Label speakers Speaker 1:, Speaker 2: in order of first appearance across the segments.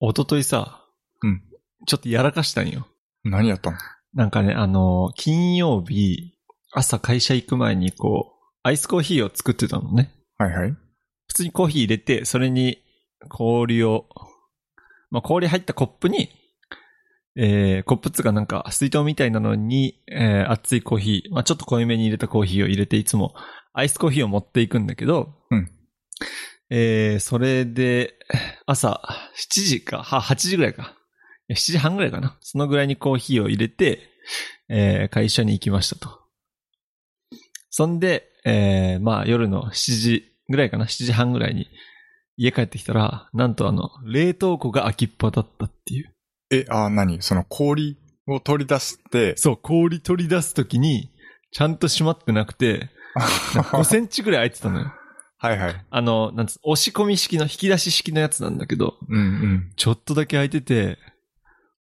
Speaker 1: おとといさ、
Speaker 2: うん。
Speaker 1: ちょっとやらかしたんよ。
Speaker 2: 何やったの
Speaker 1: なんかね、あの、金曜日、朝会社行く前にこう、アイスコーヒーを作ってたのね。
Speaker 2: はいはい。
Speaker 1: 普通にコーヒー入れて、それに氷を、まあ、氷入ったコップに、えー、コップっつうかなんか水筒みたいなのに、えー、熱いコーヒー、まあ、ちょっと濃いめに入れたコーヒーを入れて、いつもアイスコーヒーを持っていくんだけど、
Speaker 2: うん
Speaker 1: えー、それで、朝7時か、は、8時ぐらいか。いや7時半ぐらいかな。そのぐらいにコーヒーを入れて、えー、会社に行きましたと。そんで、えー、まあ夜の7時ぐらいかな、7時半ぐらいに家帰ってきたら、なんとあの、冷凍庫が空きっぱだったっていう。
Speaker 2: え、あー、何その氷を取り出して、
Speaker 1: そう、氷取り出すときに、ちゃんと閉まってなくて、5センチぐらい空いてたのよ。
Speaker 2: はいはい。
Speaker 1: あの、なんつ、押し込み式の引き出し式のやつなんだけど、
Speaker 2: うんうん。
Speaker 1: ちょっとだけ空いてて、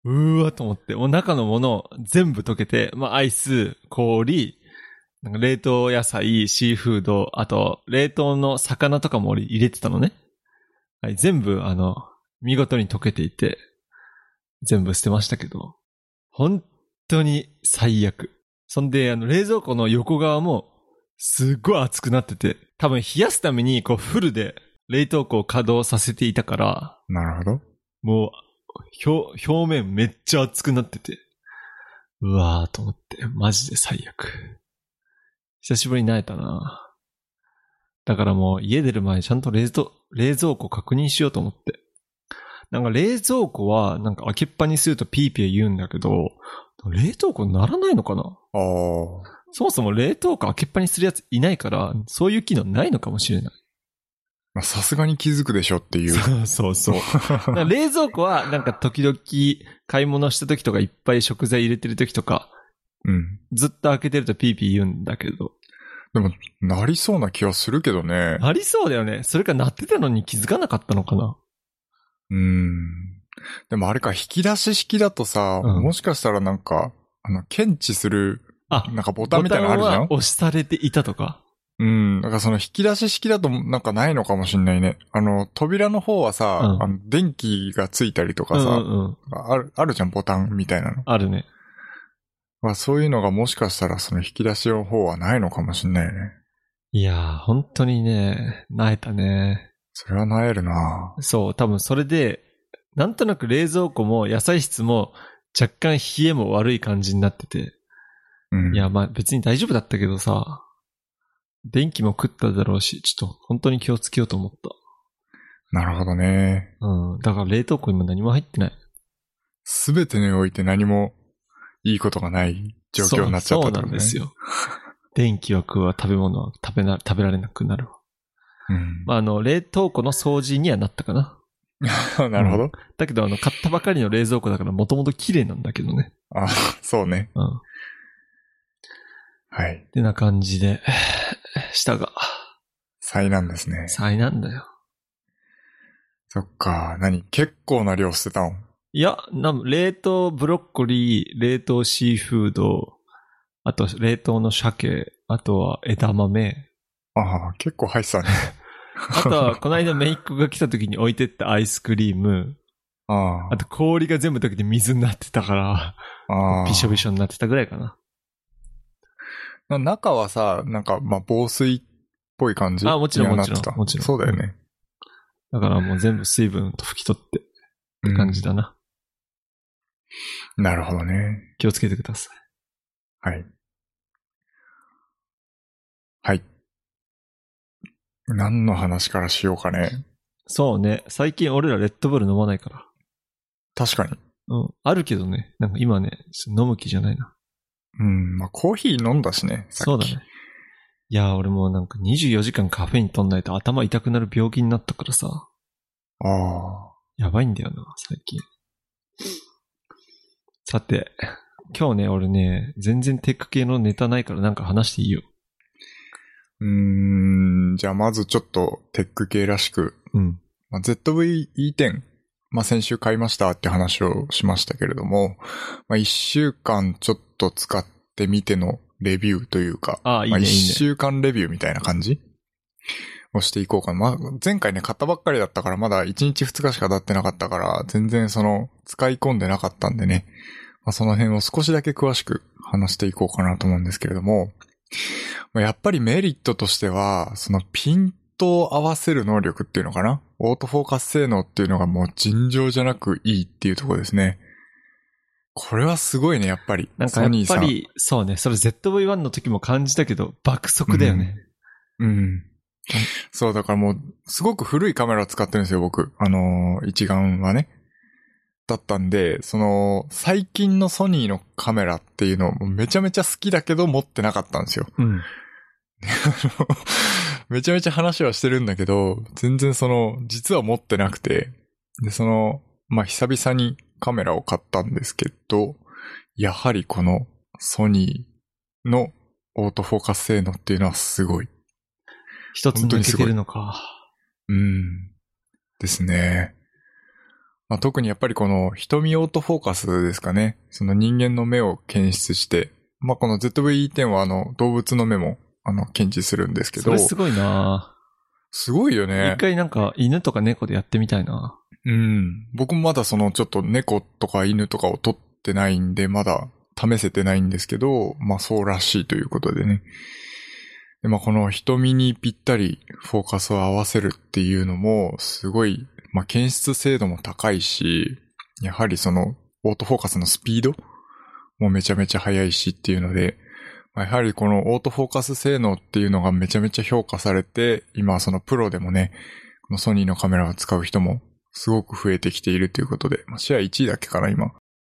Speaker 1: うーわと思って、もう中のもの全部溶けて、まあアイス、氷、なんか冷凍野菜、シーフード、あと冷凍の魚とかも俺入れてたのね。はい、全部あの、見事に溶けていて、全部捨てましたけど、本当に最悪。そんで、あの、冷蔵庫の横側も、すっごい熱くなってて、多分冷やすために、こう、フルで冷凍庫を稼働させていたから、
Speaker 2: なるほど。
Speaker 1: もう、表、表面めっちゃ熱くなってて。うわーと思って、マジで最悪。久しぶりになえたな。だからもう家出る前ちゃんと冷蔵、冷蔵庫確認しようと思って。なんか冷蔵庫はなんか開けっぱにするとピーピー言うんだけど、冷凍庫ならないのかな
Speaker 2: あー。
Speaker 1: そもそも冷凍庫開けっぱにするやついないから、そういう機能ないのかもしれない。
Speaker 2: まあ、さすがに気づくでしょっていう。
Speaker 1: そうそうそう。 だから冷蔵庫はなんか時々買い物した時とかいっぱい食材入れてる時とか
Speaker 2: うん。
Speaker 1: ずっと開けてるとピーピー言うんだけど。
Speaker 2: なりそうな気はするけどね。
Speaker 1: ありそうだよね。それか鳴ってたのに気づかなかったのかな。
Speaker 2: うん。でもあれか、引き出し式だとさ、
Speaker 1: うん
Speaker 2: もしかしたらなんか、あの、検知する、
Speaker 1: あ、
Speaker 2: なんかボ
Speaker 1: ボ
Speaker 2: タンみたいなのあるじ
Speaker 1: タ
Speaker 2: ゃ
Speaker 1: ン
Speaker 2: ん
Speaker 1: は押されていたとか。
Speaker 2: うん。だからその引き出し式だとなんかないのかもしんないね。あの、扉の方はさ、
Speaker 1: うん
Speaker 2: あの電気がついたりと
Speaker 1: う
Speaker 2: か
Speaker 1: んう
Speaker 2: さ、
Speaker 1: んうん。
Speaker 2: ある、あるじゃん、ボタンみたいなの。
Speaker 1: あるね。
Speaker 2: まあ、そういうのがもしかしたらその引き出しの方はないのかもしんないよね。
Speaker 1: いやー、本当にね、泣えたね。
Speaker 2: それはなえるな
Speaker 1: そう、多分それで、なんとなく冷蔵庫も野菜室も若干冷えも悪い感じになってて。
Speaker 2: うん。
Speaker 1: いや、まあ別に大丈夫だったけどさ、電気も食っただろうし、ちょっと本当に気をつけようと思っ
Speaker 2: なるほどね。
Speaker 1: た。うん。だから冷凍庫にも何も入ってない。
Speaker 2: すべてにおいて何もいいことがない状況になっちゃった
Speaker 1: そうそ
Speaker 2: って
Speaker 1: う
Speaker 2: こ
Speaker 1: な
Speaker 2: と
Speaker 1: ん
Speaker 2: ね
Speaker 1: です。よ。 電気は食うわ、食べ物は食べな、食べられなくなるわ。
Speaker 2: うん。
Speaker 1: まああの、冷凍庫の掃除にはなったかな。
Speaker 2: なるほど。
Speaker 1: だけどあの、買ったばかりの冷蔵庫だからもともと綺麗なんだけどね。
Speaker 2: あ、そうね。
Speaker 1: うん。
Speaker 2: はい。
Speaker 1: てな感じで、 下が、
Speaker 2: 災難ですね。
Speaker 1: 災難だよ。
Speaker 2: そっか。何結構な量捨てたの
Speaker 1: いや、なん冷凍ブロッコリー、冷凍シーフード、あと冷凍の鮭、あとは枝豆。
Speaker 2: ああ、結構入ってたね。
Speaker 1: あとは、この間メイクが来た時に置いてったアイスクリーム。
Speaker 2: あ
Speaker 1: あと氷が全部溶けて水になってたか
Speaker 2: あ。あ
Speaker 1: ら、
Speaker 2: あ。
Speaker 1: びしょびしょになってたぐらいかな。
Speaker 2: な中はさ、なんか、まあ、防水っぽい感じ
Speaker 1: あもちろん
Speaker 2: にはなってた
Speaker 1: もちろんもちろん
Speaker 2: そうだよね。
Speaker 1: だからもう全部水分と拭き取ってっ
Speaker 2: う
Speaker 1: て
Speaker 2: ん
Speaker 1: 感じだな。
Speaker 2: なるほどね。
Speaker 1: 気をつけてください。
Speaker 2: はい。はい。何の話からしようかね。
Speaker 1: そうね。最近俺らレッドブル飲まないから。
Speaker 2: 確かに。
Speaker 1: うん。あるけどね。なんか今ね、ちょっと飲む気じゃないな。
Speaker 2: うん、まあ、コーヒー飲んだしね。さっき
Speaker 1: そうだね。。いやー、俺もうなんか24時間カフェイン取んないと頭痛くなる病気になったからさ。
Speaker 2: あ
Speaker 1: やばいんだよな、最近。さて、今日ね、俺ね、全然テック系のネタないからなんか話していいよ。
Speaker 2: あ。うーん、じゃあまずちょっとテック系らしく、
Speaker 1: うん。
Speaker 2: まあ、ZVE10、まあ、先週買いましたって話をしましたけれども、まあ、1週間ちょっと使ってみてのレビューというか、
Speaker 1: ああ、いいね、
Speaker 2: まあ、
Speaker 1: いい
Speaker 2: 1
Speaker 1: ね。
Speaker 2: 週間レビューみたいな感じをしていこうかな。まあ、前回ね、買ったばっかりだったから、まだ1日2日しか経ってなかったから、全然その、使い込んでなかったんでね。まあ、その辺を少しだけ詳しく話していこうかなと思うんですけれども、まあやっぱりメリットとしては、そのピントを合わせる能力っていうのかなオートフォーカス性能っていうのがもう尋常じゃなくいいっていうところですね。これはすごいね、やっぱり。
Speaker 1: なんかやっぱり、そうね、それ ZV-1 の時も感じたけど、爆速だよね。
Speaker 2: うん。そう、だからもう、すごく古いカメラを使ってるんですよ、僕。あのー一眼はね。だったんで、その、最近のソニーのカメラっていうのをめちゃめちゃ好きだけど持ってなかったんですよ。
Speaker 1: うん。
Speaker 2: あのめちゃめちゃ話はしてるんだけど、全然その、実は持ってなくて、で、その、まあ、久々にカメラを買ったんですけど、やはりこのソニーのオートフォーカス性能っていうのはすごい。
Speaker 1: 一つ抜けてるのか。
Speaker 2: うん。ですね。まあ、特にやっぱりこの瞳オートフォーカスですかね。その人間の目を検出して、まあ、この ZVE10 はあの動物の目もあの検知するんですけ
Speaker 1: そ
Speaker 2: ど
Speaker 1: れ、すごいな
Speaker 2: すごいよね
Speaker 1: 一。回なんか犬とか猫でやってみたいな。
Speaker 2: うん。僕もまだそのちょっと猫とか犬とかを撮ってないんで、まだ試せてないんですけど、まあそうらしいということでね。でまあこの瞳にぴったりフォーカスを合わせるっていうのも、すごい、まあ検出精度も高いし、やはりそのオートフォーカスのスピードもめちゃめちゃ速いしっていうので、まあやはりこのオートフォーカス性能っていうのがめちゃめちゃ評価されて、今そのプロでもね、このソニーのカメラを使う人もすごく増えてきているということで、まあ、シェア1位だけかな、今。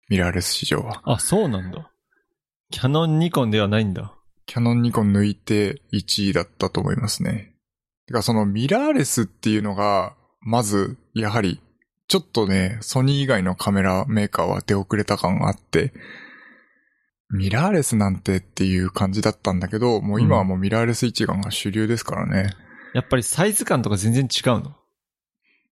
Speaker 2: ミラーレス市場は。
Speaker 1: あ、そうなんだ。キャノンニコンではないんだ。
Speaker 2: キャノンニコン抜いて1位だったと思いますね。てか、そのミラーレスっていうのが、まず、やはり、ちょっとね、ソニー以外のカメラメーカーは出遅れた感があって、ミラーレスなんてっていう感じだったんだけど、もう今はもうミラーレス一眼が主流ですからね。
Speaker 1: やっぱりサイズ感とか全然違うの。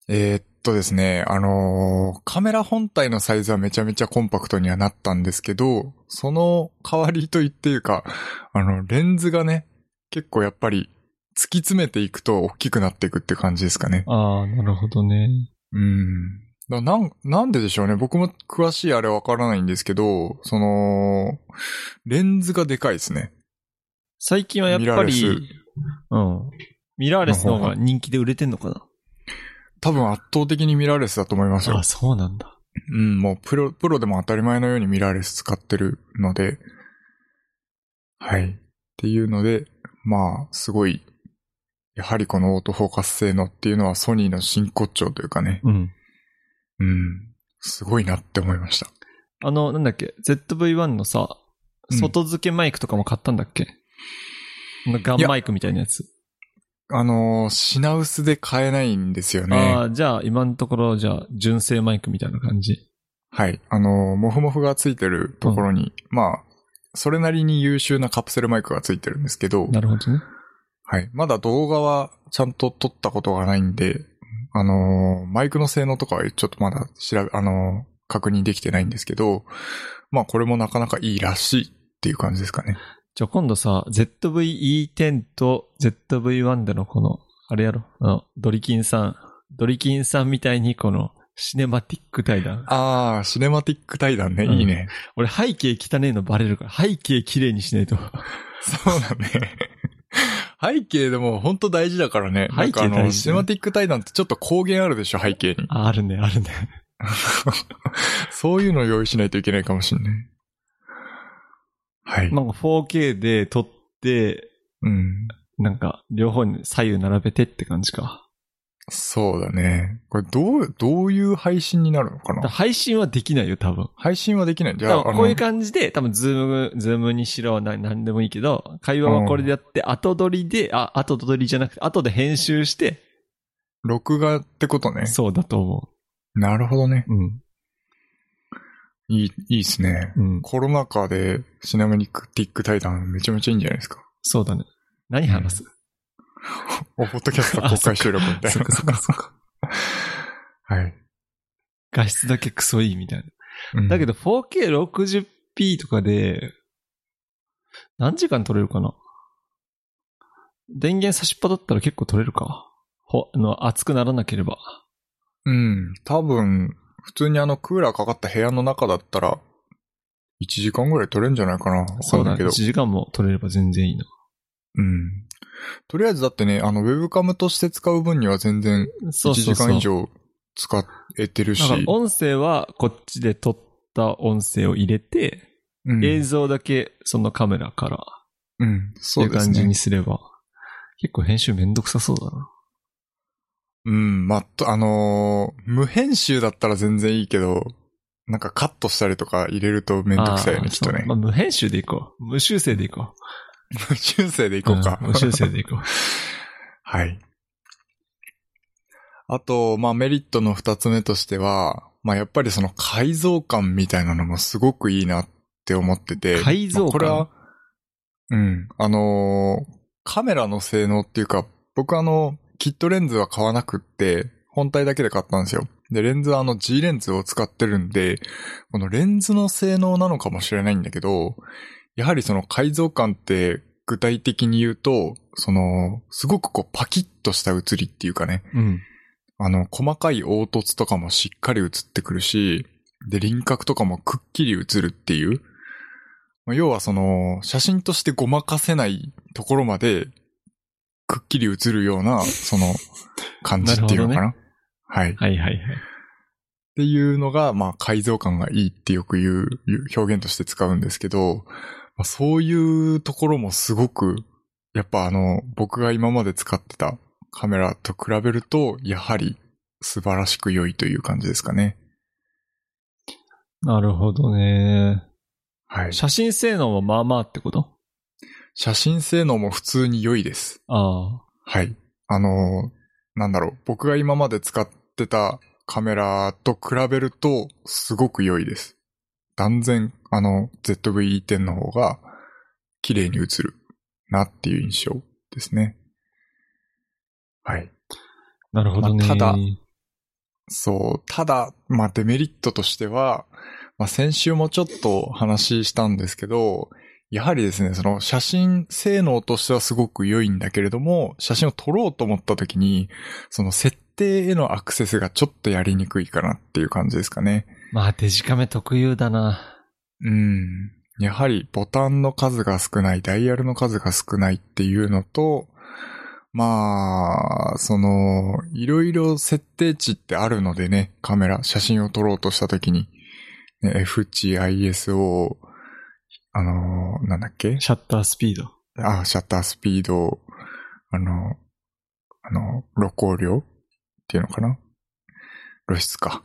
Speaker 2: えーっとですね、あのーカメラ本体のサイズはめちゃめちゃコンパクトにはなったんですけど、その代わりといっていうか、あの、レンズがね、結構やっぱり突き詰めていくと大きくなっていくって感じですかね。
Speaker 1: ああ、なるほどね。
Speaker 2: うん。だなん、なんででしょうね。僕も詳しいあれわからないんですけど、その、レンズがでかいですね。
Speaker 1: 最近はやっ
Speaker 2: ミラ
Speaker 1: ぱ
Speaker 2: ーレス
Speaker 1: り、うん。ミラーレスの方が人気で売れてんのかな
Speaker 2: 多分圧倒的にミラーレスだと思いますよ
Speaker 1: あ、。そうなんだ。
Speaker 2: うん、もうプロ、プロでも当たり前のようにミラーレス使ってるので、はい。っていうので、まあ、すごい、やはりこのオートフォーカス性能っていうのはソニーの真骨頂というかね、
Speaker 1: うん。
Speaker 2: うん、すごいなって思いました。
Speaker 1: あの、なんだっけ、ZV-1 のさ、
Speaker 2: うん
Speaker 1: 外付けマイクとかも買ったんだっけ、あのガンマイクみたいなやつ。
Speaker 2: あのー品薄で買えないんですよ
Speaker 1: あ
Speaker 2: ね。
Speaker 1: あ、じゃあ今のところ、じゃあ純正マイクみたいな感じ。
Speaker 2: はい。あのーモフモフがついてるところに、まあ、それなりに優秀なカプセルマイクがついてるんですけど、
Speaker 1: なるほどね。
Speaker 2: はい。まだ動画はちゃんと撮ったことがないんで、あのーマイクの性能とかはちょっとまだ調べ、あのー確認できてないんですけど、まあこれもなかなかいいらしいっていう感じですかね。
Speaker 1: じゃあ今度さ、ZVE10 と ZV-1 でのこの、あれやろ、あの、ドリキンさん、ドリキンさんみたいにこの、シネマティック対談。
Speaker 2: あー、シネマティック対談ね。
Speaker 1: うん
Speaker 2: いいね。
Speaker 1: 俺背景汚ねえのバレるから、背景綺麗にしないと。
Speaker 2: そうだね。背景でも本当大事だからね。なんかあ
Speaker 1: 背景大事だ
Speaker 2: の、
Speaker 1: ね
Speaker 2: シネマティック対談ってちょっと光源あるでしょ、背景 に。
Speaker 1: あ、あるね、あるね。
Speaker 2: そういうのを用意しないといけないかもしんない。はい。
Speaker 1: なんか 4K で撮って、
Speaker 2: うん。
Speaker 1: なんか、両方に左右並べてって感じか。
Speaker 2: そうだね。これどう、どういう配信になるのか
Speaker 1: だから
Speaker 2: な
Speaker 1: 配信はできないよ、多分。
Speaker 2: 配信はできない。じゃ
Speaker 1: 多
Speaker 2: あ、あ
Speaker 1: 分
Speaker 2: の
Speaker 1: こういう感じで、多分ズーム、ズームにしろ、ななんでもいいけど、会話はこれでやって、後取りで、あ、後取りじゃなくて、後で編集して、
Speaker 2: 録画ってことね。
Speaker 1: そうだと思
Speaker 2: なるほどね。
Speaker 1: う。うん。
Speaker 2: いい、いいっすね。
Speaker 1: うん。
Speaker 2: コロナ禍で、シナメニックティック対談めちゃめちゃいいんじゃないですか。
Speaker 1: そうだね。何話す
Speaker 2: お、ポッドキャスト公開収録みた い
Speaker 1: そっかそっかそっか。
Speaker 2: な。はい。
Speaker 1: 画質だけクソいいみたいな。
Speaker 2: うん
Speaker 1: だけど 4K60p とかで、何時間撮れるかな電源差しっぱだったら結構撮れるか。ほ、あの、熱くならなければ。
Speaker 2: うん。多分、普通にあのクーラーかかった部屋の中だったら、1時間ぐらい取れるんじゃないかな。
Speaker 1: そう
Speaker 2: わか
Speaker 1: だ
Speaker 2: ん
Speaker 1: ね。
Speaker 2: な
Speaker 1: 1
Speaker 2: いけど。
Speaker 1: 時間も取れれば全然いいの。
Speaker 2: うん。とりあえずだってね、あの、ウェブカムとして使う分には全然
Speaker 1: そ
Speaker 2: 1
Speaker 1: うそ
Speaker 2: 時
Speaker 1: うそう。
Speaker 2: 間以上使えてるし。
Speaker 1: だから音声はこっちで撮った音声を入れて、
Speaker 2: うん
Speaker 1: 映像だけそのカメラからっ
Speaker 2: うん。
Speaker 1: て
Speaker 2: そ
Speaker 1: いうう
Speaker 2: です
Speaker 1: 感じ
Speaker 2: ね
Speaker 1: に。すれば、結構編集めんどくさそうだな。
Speaker 2: うん。まあ、とあのー無編集だったら全然いいけど、なんかカットしたりとか入れるとめんどくさいよ
Speaker 1: あ
Speaker 2: ね、
Speaker 1: ー
Speaker 2: きっと
Speaker 1: そ
Speaker 2: ね
Speaker 1: うま。あ、無編集でいこう。無修正でいこ。
Speaker 2: 無 修正でいうこうか。
Speaker 1: ん無修正でいこう。
Speaker 2: はい。あと、まあメリットの二つ目としては、まあやっぱりその改造感みたいなのもすごくいいなって思ってて。
Speaker 1: 改造感
Speaker 2: まあこれは、うん。あのーカメラの性能っていうか、僕あの、キットレンズは買わなくって、本体だけで買ったんですよ。で、レンズはあの G レンズを使ってるんで、このレンズの性能なのかもしれないんだけど、やはりその改造感って具体的に言うと、その、すごくこうパキッとした写りっていうかね、
Speaker 1: うん。
Speaker 2: あの、細かい凹凸とかもしっかり写ってくるし、で、輪郭とかもくっきり写るっていう。まあ要はその、写真としてごまかせないところまで、くっきり写るような、その、感じっていうのかな。
Speaker 1: な
Speaker 2: はい。っ
Speaker 1: はいはいはい。
Speaker 2: ていうのが、まあ、改造感がいいってよく言う、いう表現として使うんですけど、まあ、そういうところもすごく、やっぱあの、僕が今まで使ってたカメラと比べると、やはり素晴らしく良いという感じですかね。
Speaker 1: なるほどね。
Speaker 2: はい。
Speaker 1: 写真性能はまあまあってこと
Speaker 2: 写真性能も普通に良いです。
Speaker 1: あ
Speaker 2: はい。あのーなんだろう、僕が今まで使ってたカメラと比べると、すごく良いです。断然、あの、ZV-E10 の方が、綺麗に映るなっていう印象ですね。はい。
Speaker 1: あ。なるほどね。
Speaker 2: まあただ
Speaker 1: うん
Speaker 2: そう。ただ、まあ、デメリットとしては、まあ、先週もちょっと話したんですけど、やはりですね、その写真性能としてはすごく良いんだけれども、写真を撮ろうと思った時に、その設定へのアクセスがちょっとやりにくいかなっていう感じですかね。
Speaker 1: まあ、デジカメ特有だな。
Speaker 2: うん。やはりボタンの数が少ない、ダイヤルの数が少ないっていうのと、まあ、その、いろいろ設定値ってあるのでね、カメラ、写真を撮ろうとしたときに、ね F 値、ISO、あのーなんだっけ
Speaker 1: シャッタースピード。
Speaker 2: あ、シャッタースピード、あの、あの、露光量っていうのかな露出か。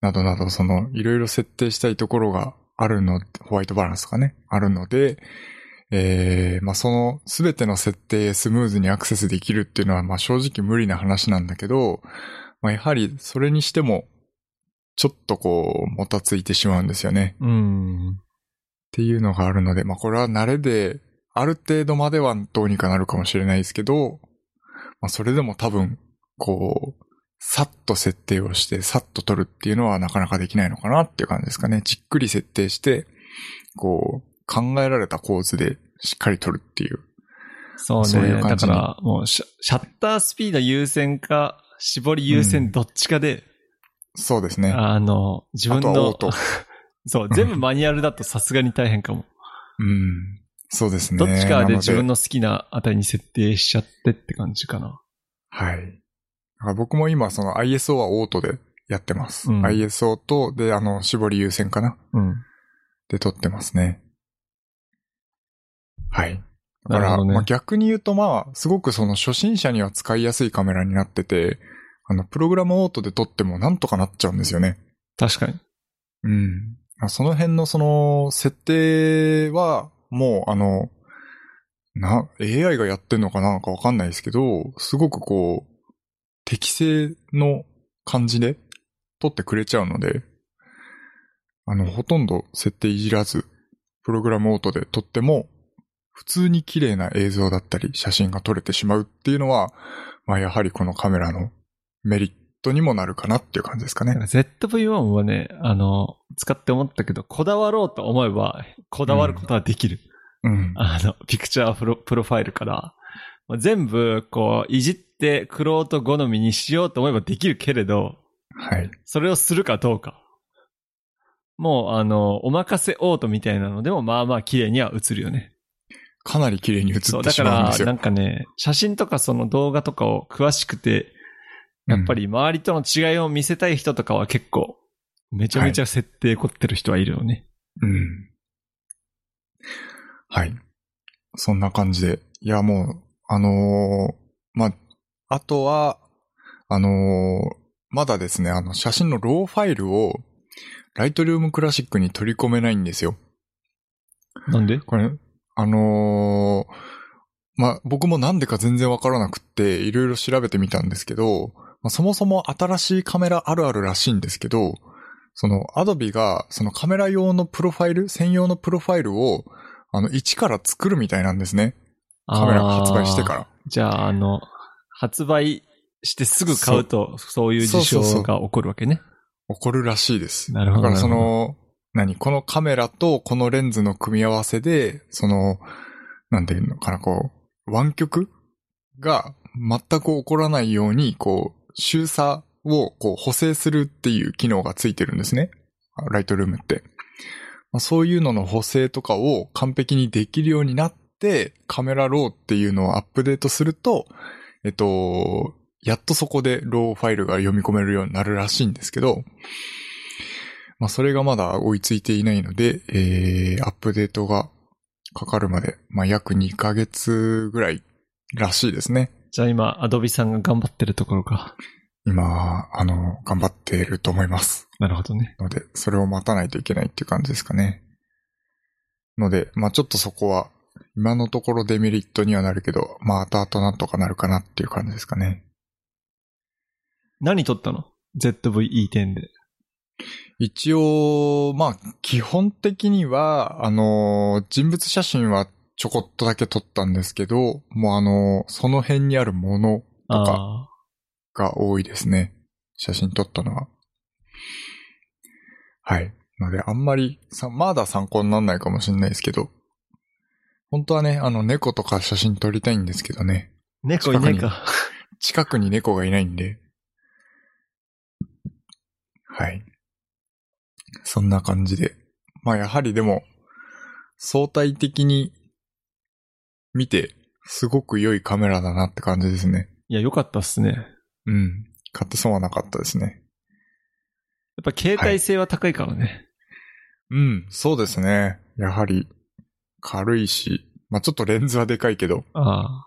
Speaker 2: などなど、その、いろいろ設定したいところがあるの、ホワイトバランスとかね、あるので、えー、まあ、その、すべての設定へスムーズにアクセスできるっていうのは、まあ、正直無理な話なんだけど、まあ、やはり、それにしても、ちょっとこう、もたついてしまうんですよね。
Speaker 1: うん。
Speaker 2: っていうのがあるので、まあこれは慣れで、ある程度まではどうにかなるかもしれないですけど、まあそれでも多分、こう、さっと設定をして、さっと撮るっていうのはなかなかできないのかなっていう感じですかね。じっくり設定して、こう、考えられた構図でしっかり撮るっていう。
Speaker 1: そうね。
Speaker 2: そういう感
Speaker 1: だ
Speaker 2: じ
Speaker 1: か
Speaker 2: に
Speaker 1: ら、もうシャ、シャッタースピード優先か、絞り優
Speaker 2: うん
Speaker 1: 先どっちかで、
Speaker 2: そうですね。
Speaker 1: あの、自分
Speaker 2: あとはオー
Speaker 1: の
Speaker 2: ト、
Speaker 1: そう、全部マニュアルだとさすがに大変かも。
Speaker 2: うん。そうですね。
Speaker 1: どっちか
Speaker 2: な
Speaker 1: で
Speaker 2: の
Speaker 1: 自分の好きなあたりに設定しちゃってって感じかな。
Speaker 2: はい。だから僕も今、その ISO はオートでやってます。
Speaker 1: うん
Speaker 2: ISO と、で、あの、絞り優先かな
Speaker 1: うん。
Speaker 2: で撮ってますね。はい。だか
Speaker 1: なる
Speaker 2: ら、
Speaker 1: ほどね
Speaker 2: まあ、逆に言うとまあ、すごくその初心者には使いやすいカメラになってて、あの、プログラムオートで撮ってもなんとかなっちゃうんですよね。
Speaker 1: 確かに。
Speaker 2: うん。その辺のその、設定は、もうあの、な、AI がやってんのかなんかわかんないですけど、すごくこう、適正の感じで撮ってくれちゃうので、あの、ほとんど設定いじらず、プログラムオートで撮っても、普通に綺麗な映像だったり、写真が撮れてしまうっていうのは、まあやはりこのカメラのメリットにもなるかなっていう感じですかね。
Speaker 1: なんか ZV-1 はね、あの、使って思ったけど、こだわろうと思えば、こだわることはできる。
Speaker 2: うん。
Speaker 1: あの、ピクチャープロプロファイルから、まあ全部、こう、いじって、クロート好みにしようと思えばできるけれど、
Speaker 2: はい。
Speaker 1: それをするかどうか。もう、あの、お任せオートみたいなのでも、まあまあ綺麗には映るよね。
Speaker 2: かなり綺麗に映ってし
Speaker 1: そ
Speaker 2: ま
Speaker 1: う、
Speaker 2: うん
Speaker 1: だ
Speaker 2: で
Speaker 1: か
Speaker 2: すよ。
Speaker 1: ら、なんかね、写真とかその動画とかを詳しくて、やっぱり周りとの違いを見せたい人とかは結構、めちゃめちゃ設定凝ってる人はいるよね。
Speaker 2: うん。うん。はい。そんな感じで。いや、もう、あのーまあ、あとは、あのーまだですね、あの、写真のローファイルを、ライトルームクラシックに取り込めないんですよ。
Speaker 1: なんで。
Speaker 2: これ、あのーまあ、僕もなんでか全然わからなくって、いろいろ調べてみたんですけど、まあ、そもそも新しいカメラあるあるらしいんですけど、その、アドビが、そのカメラ用のプロファイル、専用のプロファイルを、あの、一から作るみたいなんですね。カメラが発売してからら。
Speaker 1: じゃあ、あの、発売してすぐ買うと、そういう事象が起こるわけね。
Speaker 2: 起こるらしいです。
Speaker 1: なるほど
Speaker 2: だからそ
Speaker 1: なる
Speaker 2: の、何このカメラとこのレンズの組み合わせで、その、なんていうのかな、こう、湾曲が全く起こらないように、こう、周差をこう補正するっていう機能がついてるんですね。ライトルームって。まあそういうのの補正とかを完璧にできるようになって、カメラローっていうのをアップデートすると、えっと、やっとそこでローファイルが読み込めるようになるらしいんですけど、まあ、それがまだ追いついていないので、えー、アップデートがかかるまで、まあ、約2ヶ月ぐらいらしいですね。
Speaker 1: じゃあ今、アドビさんが頑張ってるところか。
Speaker 2: 今、あの、頑張っていると思います。
Speaker 1: なるほどね。
Speaker 2: ので、それを待たないといけないっていう感じですかね。ので、まあ、ちょっとそこは、今のところデメリットにはなるけど、まあ、後々なんとかなるかなっていう感じですかね。
Speaker 1: 何撮ったの ?ZVE10 で。
Speaker 2: 一応、まあ、基本的には、あのー、人物写真はちょこっとだけ撮ったんですけど、もうあのー、その辺にあるものとか
Speaker 1: あ
Speaker 2: が多いですね。写真撮ったのは。はい。ので、あんまりさ、まだ参考にならないかもしれないですけど、本当はね、あの、猫とか写真撮りたいんですけどね、
Speaker 1: ー。猫いないか。
Speaker 2: 近くに猫がいないんで。はい。そんな感じで。まあやはりでも、相対的に見て、すごく良いカメラだなって感じですね。
Speaker 1: いや、良かったっすね。やっ
Speaker 2: うん。買って損はなかったですね。
Speaker 1: ぱ携帯性は高いからね。
Speaker 2: うん、そうですね。やはり、軽いし、まあちょっとレンズはでかいけど、
Speaker 1: ああ。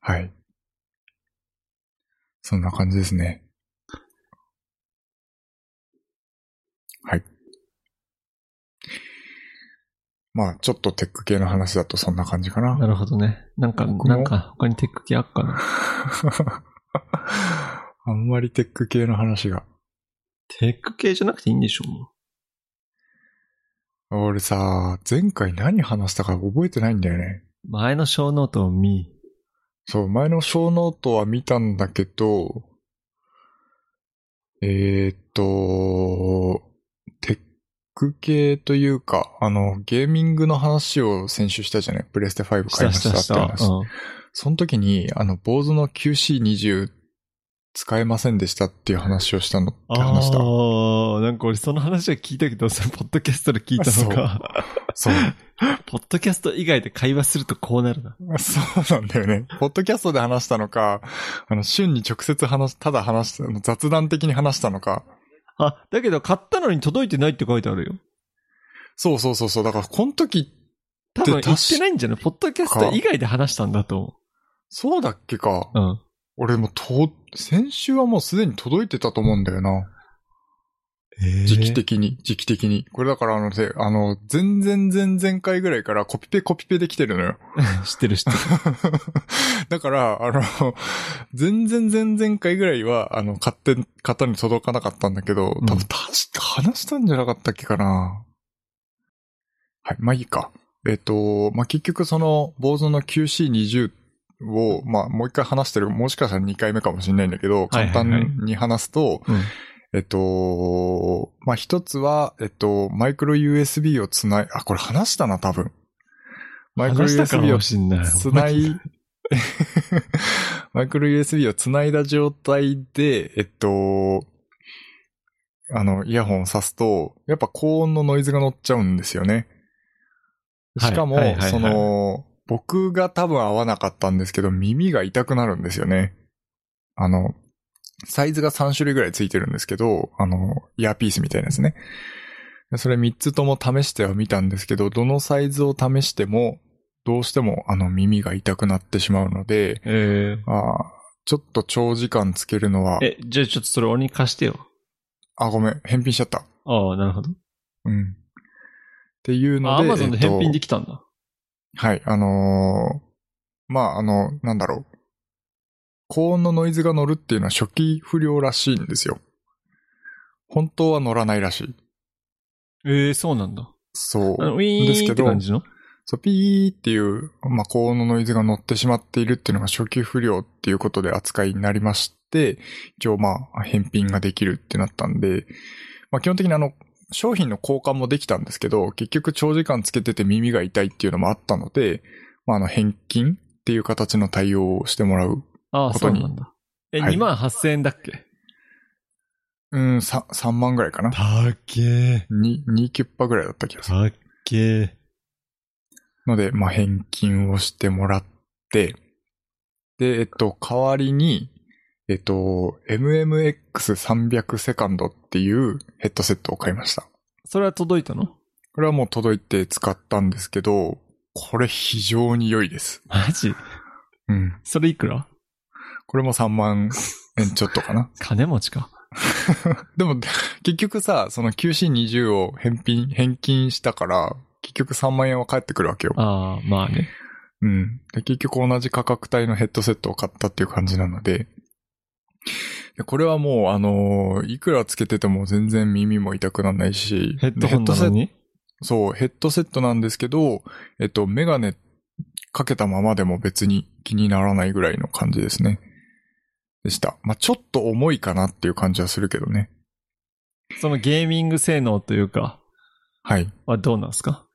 Speaker 2: はい。そんな感じですね。はい。まあ、ちょっとテック系の話だとそんな感じかな。
Speaker 1: なるほどね。なんか、
Speaker 2: 僕も
Speaker 1: なんか、他にテック系あっかな。
Speaker 2: あんまりテック系の話が。
Speaker 1: テック系じゃなくていいんでしょも
Speaker 2: 俺さ、前回何話したか覚えてないんだよね。
Speaker 1: う前の小ノートを見。
Speaker 2: そう、前の小ノートは見たんだけど、えーっと、テック系というか、あの、ゲーミングの話を先週したじゃないプレステ5
Speaker 1: した
Speaker 2: 買いま
Speaker 1: し
Speaker 2: した
Speaker 1: た
Speaker 2: っ
Speaker 1: してた。
Speaker 2: 話。
Speaker 1: うん。
Speaker 2: その時に、あの、坊主の QC20 使えませんでしたっていう話をしたのって
Speaker 1: あ
Speaker 2: 話した。
Speaker 1: あ、なんか俺その話は聞いたけど、それ ポッドキャストで聞いたのか。
Speaker 2: そう。
Speaker 1: ポッドキャスト以外で会話するとこうなるな。
Speaker 2: そうなんだよね。ポッドキャストで話したのか、あの、瞬に直接話し、ただ話した、雑談的に話したのか、
Speaker 1: あ、だけど買ったのに届いてないって書いてあるよ。
Speaker 2: そうそうそうそう。だから、この時、
Speaker 1: 多分
Speaker 2: で
Speaker 1: 言ってないんじゃないポッドキャスト以外で話したんだと
Speaker 2: そうだっけか。
Speaker 1: 思う。うん。
Speaker 2: 俺もと、先週はもうすでに届いてたと思うんだよな。時期的に、時期的に。これだからあの、せあの、全然全然回ぐらいからコピペコピペできてるのよ。
Speaker 1: 知って る知ってる。
Speaker 2: だから、あの、全然全然回ぐらいは、あの、買って、買ったのに届かなかったんだけど、
Speaker 1: うん
Speaker 2: 多分確か話したんじゃなかったっけかな。はい、まあいいか。えっ、と、まあ結局その、坊主の QC20 を、まあもう一回話してる、もしかしたら2回目かもしれないんだけど、
Speaker 1: はいはいは
Speaker 2: 簡
Speaker 1: い
Speaker 2: 単に話すと、
Speaker 1: うん。
Speaker 2: えっと、まあ、一つは、えっと、マイクロ USB をつない、あ、これ話したな、多分。マイクロ
Speaker 1: 話したか
Speaker 2: USB を
Speaker 1: もしんない。
Speaker 2: つない マイクロ USB を繋いだ状態で、えっと、あの、イヤホンを挿すと、やっぱ高音のノイズが乗っちゃうんですよね。
Speaker 1: はい
Speaker 2: しかも、
Speaker 1: はいはいはい
Speaker 2: その、僕が多分合わなかったんですけど、耳が痛くなるんですよね。あの、サイズが3種類ぐらいついてるんですけど、あの、イヤーピースみたいなやつね。でそれ3つとも試してはみたんですけど、どのサイズを試しても、どうしてもあの耳が痛くなってしまうので、
Speaker 1: え
Speaker 2: ああ、ちょっと長時間つけるのは
Speaker 1: ー、、え、じゃあちょっとそれ俺に貸してよ。
Speaker 2: あ、ごめん、返品しちゃった。
Speaker 1: ああ、なるほど。
Speaker 2: うん。っていうの
Speaker 1: あ、ア
Speaker 2: で、
Speaker 1: マゾンで返品で
Speaker 2: き
Speaker 1: きたんだ。
Speaker 2: はい、あのーまあ、あの、なんだろう。高音のノイズが乗るっていうのは初期不良らしいんですよ。本当は乗らないらしい。
Speaker 1: ええー、そうなんだ。
Speaker 2: そう。
Speaker 1: あのウィーン
Speaker 2: ですけ
Speaker 1: って
Speaker 2: ど
Speaker 1: 感じの
Speaker 2: そう、ピーっていう、まあ、高音のノイズが乗ってしまっているっていうのが初期不良っていうことで扱いになりまして、一応まあ、返品ができるってなったんで、まあ、基本的にあの、商品の交換もできたんですけど、結局長時間つけてて耳が痛いっていうのもあったので、まあ、あの、返金っていう形の対応をしてもらう。
Speaker 1: ああ、
Speaker 2: こ
Speaker 1: そ
Speaker 2: と
Speaker 1: う
Speaker 2: に
Speaker 1: なんだ。え、
Speaker 2: はい
Speaker 1: 2万8000円だっけ
Speaker 2: うん、さ3万ぐらいかな。
Speaker 1: たっけー。
Speaker 2: 2、2キュッパぐらいだった気がする。
Speaker 1: っけー。
Speaker 2: ので、まあ、返金をしてもらって、で、えっと、代わりに、えっと、MMX300 セカンドっていうヘッドセットを買いました。
Speaker 1: それは届いたの
Speaker 2: これはもう届いて使ったんですけど、これ非常に良いです。
Speaker 1: マジ
Speaker 2: うん。
Speaker 1: それいくら
Speaker 2: これも3万円ちょっとかな。
Speaker 1: 金持ちか。
Speaker 2: でも、結局さ、その QC20 を返品、返金したから、結局3万円は返ってくるわけよ。
Speaker 1: ああ、まあね。
Speaker 2: うん。で、結局同じ価格帯のヘッドセットを買ったっていう感じなので、でこれはもう、あのーいくらつけてても全然耳も痛くならないし、
Speaker 1: ヘッドホンなの
Speaker 2: でヘッドセッ
Speaker 1: に
Speaker 2: トそう、ヘッドセットなんですけど、えっと、メガネかけたままでも別に気にならないぐらいの感じですね。でした。まあ、ちょっと重いかなっていう感じはするけどね。
Speaker 1: そのゲーミング性能というか、
Speaker 2: はい。
Speaker 1: はどうなんすか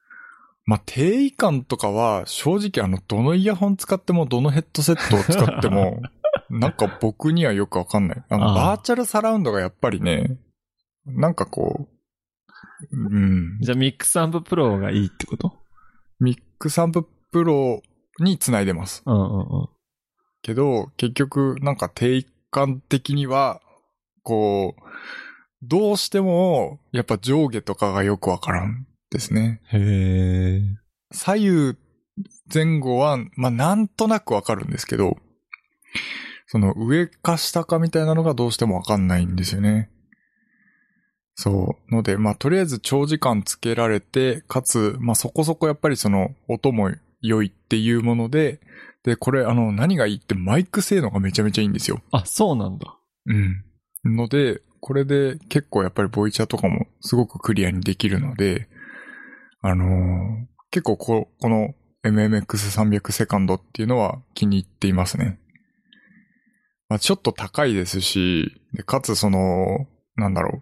Speaker 2: まあ、定位感とかは、正直あの、どのイヤホン使っても、どのヘッドセットを使って も、なんか僕にはよくわかんない。あの、
Speaker 1: ああ
Speaker 2: バーチャルサラウンドがやっぱりね、なんかこう、うん、
Speaker 1: じゃあミックスアンププロがいいってこと
Speaker 2: ミックサンププロに繋いでます。
Speaker 1: うんうんうん。
Speaker 2: けど、結局、なんか定位感的には、こう、どうしても、やっぱ上下とかがよくわからんですね。
Speaker 1: へえ。
Speaker 2: 左右前後は、まあ、なんとなくわかるんですけど、その上か下かみたいなのがどうしてもわかんないんですよね。そう。ので、まあ、とりあえず長時間つけられて、かつ、まあ、そこそこやっぱりその音も良いっていうもので、で、これあの、何がいいってマイク性能がめちゃめちゃいいんですよ。
Speaker 1: あ、そうなんだ。
Speaker 2: うん。ので、これで結構やっぱりボイチャとかもすごくクリアにできるので、あのー結構ここの MMX300 セカンドっていうのは気に入っていますね。まあ、ちょっと高いですし、でかつその、なんだろう。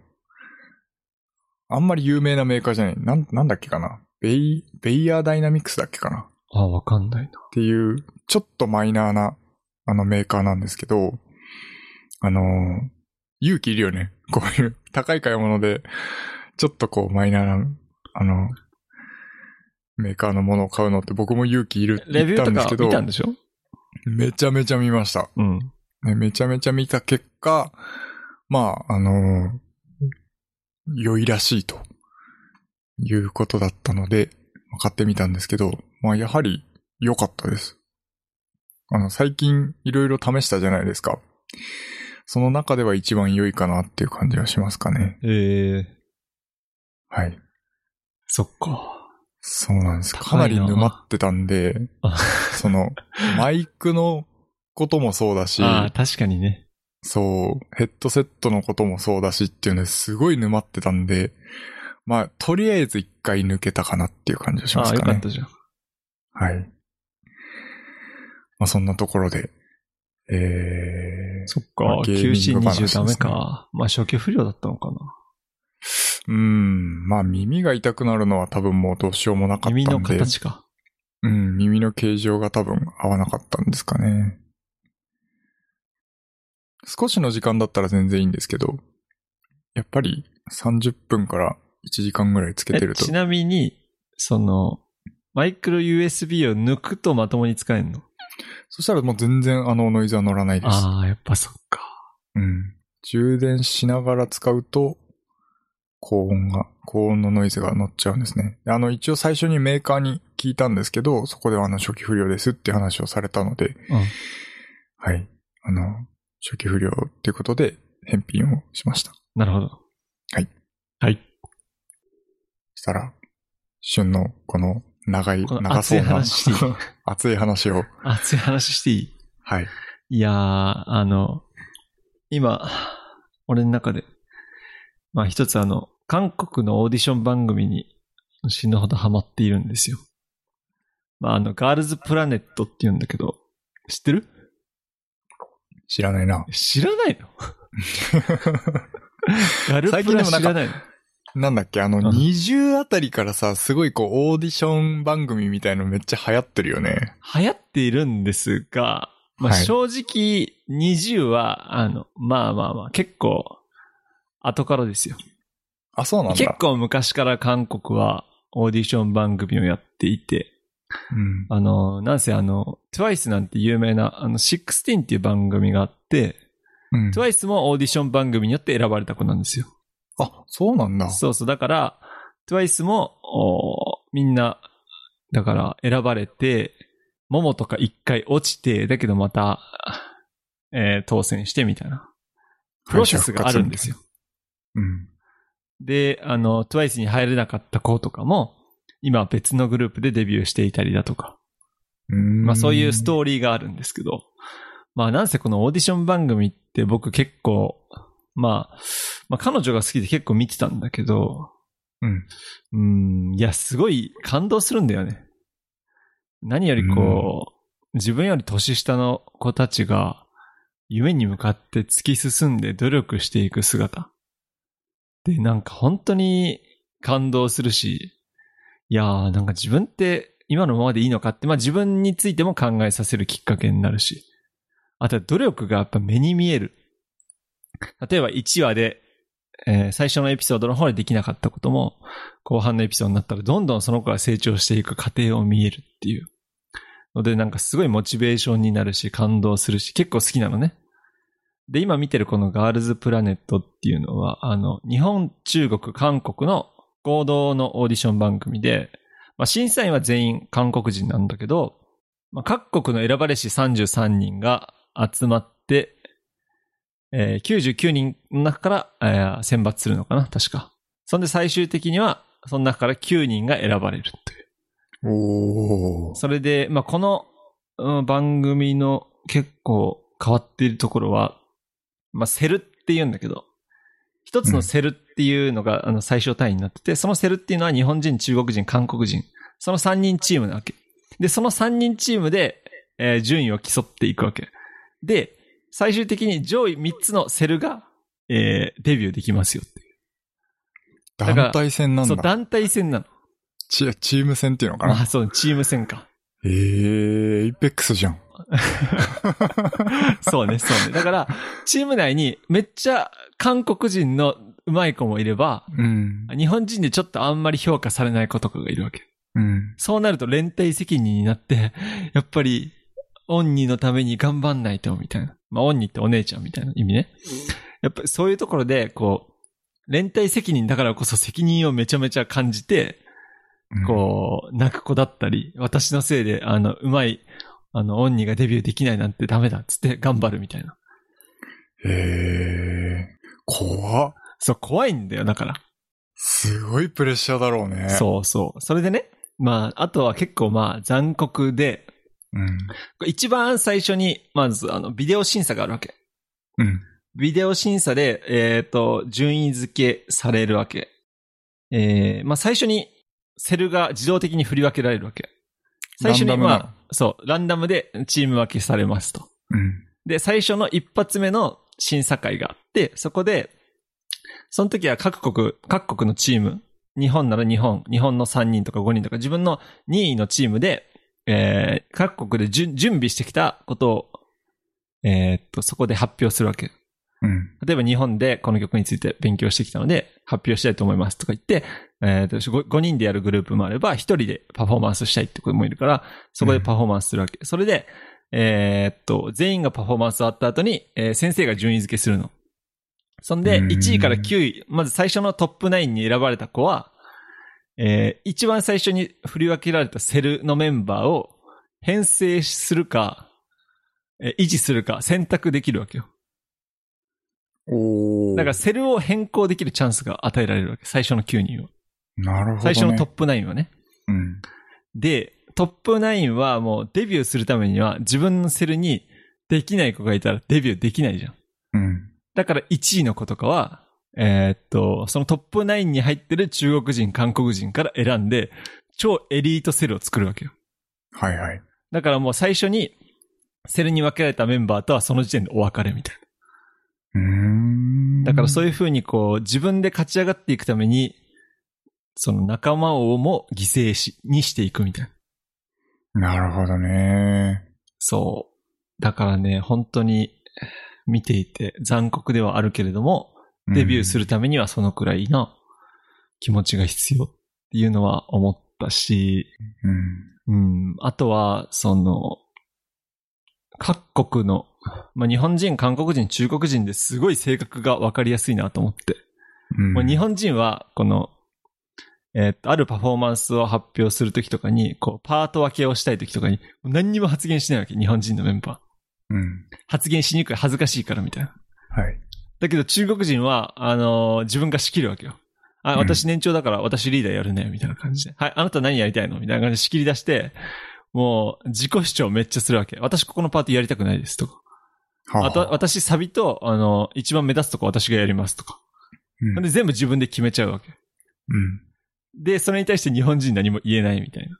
Speaker 2: あんまり有名なメーカーじゃない。なん、なんだっけかな。ベイ、ベイヤーダイナミクスだっけかな。
Speaker 1: あ、わかんないな。
Speaker 2: っていう、ちょっとマイナーな、あのメーカーなんですけど、あのー勇気いるよね。 こういう高い買い物で、ちょっとこうマイナーな、あの、メーカーのものを買うのって僕も勇気いるっ
Speaker 1: レ
Speaker 2: て言
Speaker 1: ビ
Speaker 2: っ
Speaker 1: ュ
Speaker 2: たんで
Speaker 1: ー
Speaker 2: す
Speaker 1: と
Speaker 2: け
Speaker 1: か
Speaker 2: ど
Speaker 1: 見、たんでしょ
Speaker 2: めちゃめちゃ見ました。
Speaker 1: うん。
Speaker 2: ねめちゃめちゃ見た結果、まあ、あのー良いらしいと、いうことだったので、買ってみたんですけど、まあ、やはり良かったです。あの、最近いろいろ試したじゃないですか。その中では一番良いかなっていう感じがしますかね。
Speaker 1: ええ
Speaker 2: はい。
Speaker 1: そっか。
Speaker 2: そうなんです。か
Speaker 1: 高
Speaker 2: ない
Speaker 1: な
Speaker 2: り沼ってたんで、
Speaker 1: あ
Speaker 2: その、マイクのこともそうだし、
Speaker 1: あー、確かにね。
Speaker 2: そう、ヘッドセットのこともそうだしっていうのですごい沼ってたんで、まあ、とりあえず一回抜けたかなっていう感じがしま
Speaker 1: あ
Speaker 2: す
Speaker 1: あ、よ
Speaker 2: か
Speaker 1: かっ
Speaker 2: ね
Speaker 1: た。じゃん。
Speaker 2: はい。まあ、そんなところで、え
Speaker 1: そっか
Speaker 2: まあ。ゲーミング話です
Speaker 1: QC20
Speaker 2: ね
Speaker 1: ダメか。まあ、初期不良だったのかな。
Speaker 2: ー、うん、まあ、耳が痛くなるのは多分もうどうしようもなかったんで。
Speaker 1: 耳の形か。
Speaker 2: うん、耳の形状が多分合わなかったんですかね。少しの時間だったら全然いいんですけど、やっぱり30分から1時間ぐらいつけてる
Speaker 1: え
Speaker 2: と
Speaker 1: ち。なみに、その、マイクロ USB を抜くとまともに使えるの
Speaker 2: そしたらもう全然あのノイズは乗らないです。
Speaker 1: ああ、やっぱそっか。
Speaker 2: うん。充電しながら使うと、高音が、高音のノイズが乗っちゃうんですね。であの、一応最初にメーカーに聞いたんですけど、そこではあの、初期不良ですって話をされたので、
Speaker 1: うん
Speaker 2: はい。あの、初期不良っていうことで、返品をしました。
Speaker 1: なるほど。
Speaker 2: はい。
Speaker 1: はい。
Speaker 2: したら、旬のこの長い、
Speaker 1: この
Speaker 2: 長そうな
Speaker 1: 熱い話していい
Speaker 2: 熱い話を、
Speaker 1: 熱い話していい
Speaker 2: はい。
Speaker 1: いやー、あの、今、俺の中で、まあ一つあの、韓国のオーディション番組に死ぬほどハマっているんですよ。まああの、ガールズプラネットって言うんだけど、知ってる
Speaker 2: 知らない な。
Speaker 1: 知らないのガル
Speaker 2: 最
Speaker 1: プ
Speaker 2: 近
Speaker 1: ラ
Speaker 2: でもなんか
Speaker 1: 知らないの
Speaker 2: なんだっけ、あの、
Speaker 1: ん
Speaker 2: 20あたりからさ、すごいこう、オーディション番組みたいのめっちゃ流行ってるよね。
Speaker 1: 流行っているんですが、まあ
Speaker 2: はい
Speaker 1: 正直20は、あの、まあまあまあ、結構、後からですよ。
Speaker 2: あ、そうなんだ。
Speaker 1: 結構昔から韓国はオーディション番組をやっていて、
Speaker 2: うん。
Speaker 1: あの、なんせあの、TWICE なんて有名な、あの、16っていう番組があって、
Speaker 2: うん、
Speaker 1: TWICE もオーディション番組によって選ばれた子なんですよ。
Speaker 2: あ、そうなんだ。
Speaker 1: そうそう、だから、TWICE も、おーみんな、だから選ばれて、モモとか一回落ちて、だけどまた、えー当選してみたいな、プロセスがあるんですよ。
Speaker 2: うん。
Speaker 1: で、あの、TWICE に入れなかった子とかも、今別のグループでデビューしていたりだとか、
Speaker 2: うん。
Speaker 1: まあそういうストーリーがあるんですけど、まあなんせこのオーディション番組って僕結構、まあ、まあ彼女が好きで結構見てたんだけど、
Speaker 2: うん。
Speaker 1: うん、いや、すごい感動するんだよね。何よりこう、自分より年下の子たちが、夢に向かって突き進んで努力していく姿。で、なんか本当に感動するし、いやー、なんか自分って今のままでいいのかって、まあ自分についても考えさせるきっかけになるし、あとは努力がやっぱ目に見える。例えば1話で、えー最初のエピソードの方でできなかったことも、後半のエピソードになったらどんどんその子が成長していく過程を見えるっていう。のでなんかすごいモチベーションになるし感動するし結構好きなのね。で、今見てるこのガールズプラネットっていうのは、あの、日本、中国、韓国の合同のオーディション番組で、まあ審査員は全員韓国人なんだけど、まあ各国の選ばれし33人が集まって、えー99人の中から、えー選抜するのかな確か。そんで最終的には、その中から9人が選ばれるという。
Speaker 2: おー。
Speaker 1: それで、まあ、この、うん番組の結構変わっているところは、まあ、セルって言うんだけど、一つのセルっていうのが、あの、最小単位になってて、そのセルっていうのは日本人、中国人、韓国人、その3人チームなわけ。で、その3人チームで、えー順位を競っていくわけ。で、最終的に上位3つのセルが、えーデビューできますよっていうから
Speaker 2: 団体戦なん
Speaker 1: そ
Speaker 2: だ
Speaker 1: う、団体戦なの。
Speaker 2: チ。チーム戦っていうのか
Speaker 1: ま
Speaker 2: な。
Speaker 1: あ、そう、チーム戦か。
Speaker 2: えー、イペックス じゃん。
Speaker 1: そうね、そうね。だから、チーム内にめっちゃ韓国人の上手い子もいれば、
Speaker 2: うん。
Speaker 1: 日本人でちょっとあんまり評価されない子とかがいるわけ。
Speaker 2: うん。
Speaker 1: そうなると連帯責任になって、やっぱり、オンニのために頑張んないと、みたいな。まあ、オンニってお姉ちゃんみたいな意味ね。やっぱりそういうところで、こう、連帯責任だからこそ責任をめちゃめちゃ感じて、こう、泣く子だったり、私のせいで、あの、うまい、あの、オンニがデビューできないなんてダメだっつって頑張るみたいな。
Speaker 2: うん。えー、怖っ。
Speaker 1: そう、怖いんだよ、だから。
Speaker 2: すごいプレッシャーだろうね。
Speaker 1: そうそう。それでね、まあ、あとは結構まあ、残酷で、
Speaker 2: う。うん。
Speaker 1: 一番最初に、まず、あの、ビデオ審査があるわけ。
Speaker 2: うん。
Speaker 1: ビデオ審査で、えっ、と、順位付けされるわけ。えー、まあ、最初に、セルが自動的に振り分けられるわけ。最初
Speaker 2: ラ
Speaker 1: に、
Speaker 2: ンダムな
Speaker 1: まあ、そう、ランダムでチーム分けされますと。
Speaker 2: うん。
Speaker 1: で、最初の一発目の審査会があって、そこで、その時は各国、各国のチーム、日本なら日本、日本の3人とか5人とか、自分の2位のチームで、えー各国でじゅ準備してきたことを、えーっと、そこで発表するわけ。
Speaker 2: うん。
Speaker 1: 例えば日本でこの曲について勉強してきたので発表したいと思いますとか言って、えーと 5, 人でやるグループもあれば、1人でパフォーマンスしたいって子もいるから、そこでパフォーマンスするわけ。それで、えーっと、全員がパフォーマンス終わった後に、えー先生が順位付けするの。そんで、
Speaker 2: うん
Speaker 1: 1位から9位、まず最初のトップ9に選ばれた子は、えー一番最初に振り分けられたセルのメンバーを編成するか、えー維持するか選択できるわけよ。
Speaker 2: おー
Speaker 1: だからセルを変更できるチャンスが与えられるわけ。最初の9人は。
Speaker 2: なるほど、ね。
Speaker 1: 最初のトップ9はね。
Speaker 2: うん。
Speaker 1: で、トップ9はもうデビューするためには自分のセルにできない子がいたらデビューできないじゃん。
Speaker 2: うん。
Speaker 1: だから1位の子とかは、えーっと、そのトップ9に入ってる中国人、韓国人から選んで、超エリートセルを作るわけよ。
Speaker 2: はいはい。
Speaker 1: だからもう最初に、セルに分けられたメンバーとはその時点でお別れみたいな。
Speaker 2: うーん。
Speaker 1: だからそう
Speaker 2: いう。
Speaker 1: いう風にこう、自分で勝ち上がっていくために、その仲間をも犠牲し、にしていくみたいな。
Speaker 2: なるほどね。
Speaker 1: そう。だからね、本当に見ていて残酷ではあるけれども、デビューす
Speaker 2: る。
Speaker 1: るためにはそのくらいの気持ちが必要っていうのは思ったし、
Speaker 2: うん。
Speaker 1: うん。あとは、その、各国の、まあ、日本人、韓国人、中国人ですごい性格がわかりやすいなと思って。
Speaker 2: うん。
Speaker 1: もう日本人は、この、えーっと、あるパフォーマンスを発表するときとかに、こう、パート分けをしたいときとかに、何にも発言しないわけ、日本人のメンバ
Speaker 2: うん。
Speaker 1: ー。発言しにくい、恥ずかしいからみたいな。
Speaker 2: はい。
Speaker 1: だけど中国人は、あのー自分が仕切るわけよ。あ、
Speaker 2: うん
Speaker 1: 私年長だから私リーダーやるね、みたいな感じで。はい、あなた何やりたいのみたいな感じで仕切り出して、もう、自己主張めっちゃするわけ。私ここのパートやりたくないです、とか。
Speaker 2: は
Speaker 1: あと、私サビと、あのー一番目立つとこ私がやります、とか。
Speaker 2: うん。
Speaker 1: で、全部自分で決めちゃうわけ。で、それに対して日本人何も言えないみたいな。
Speaker 2: うん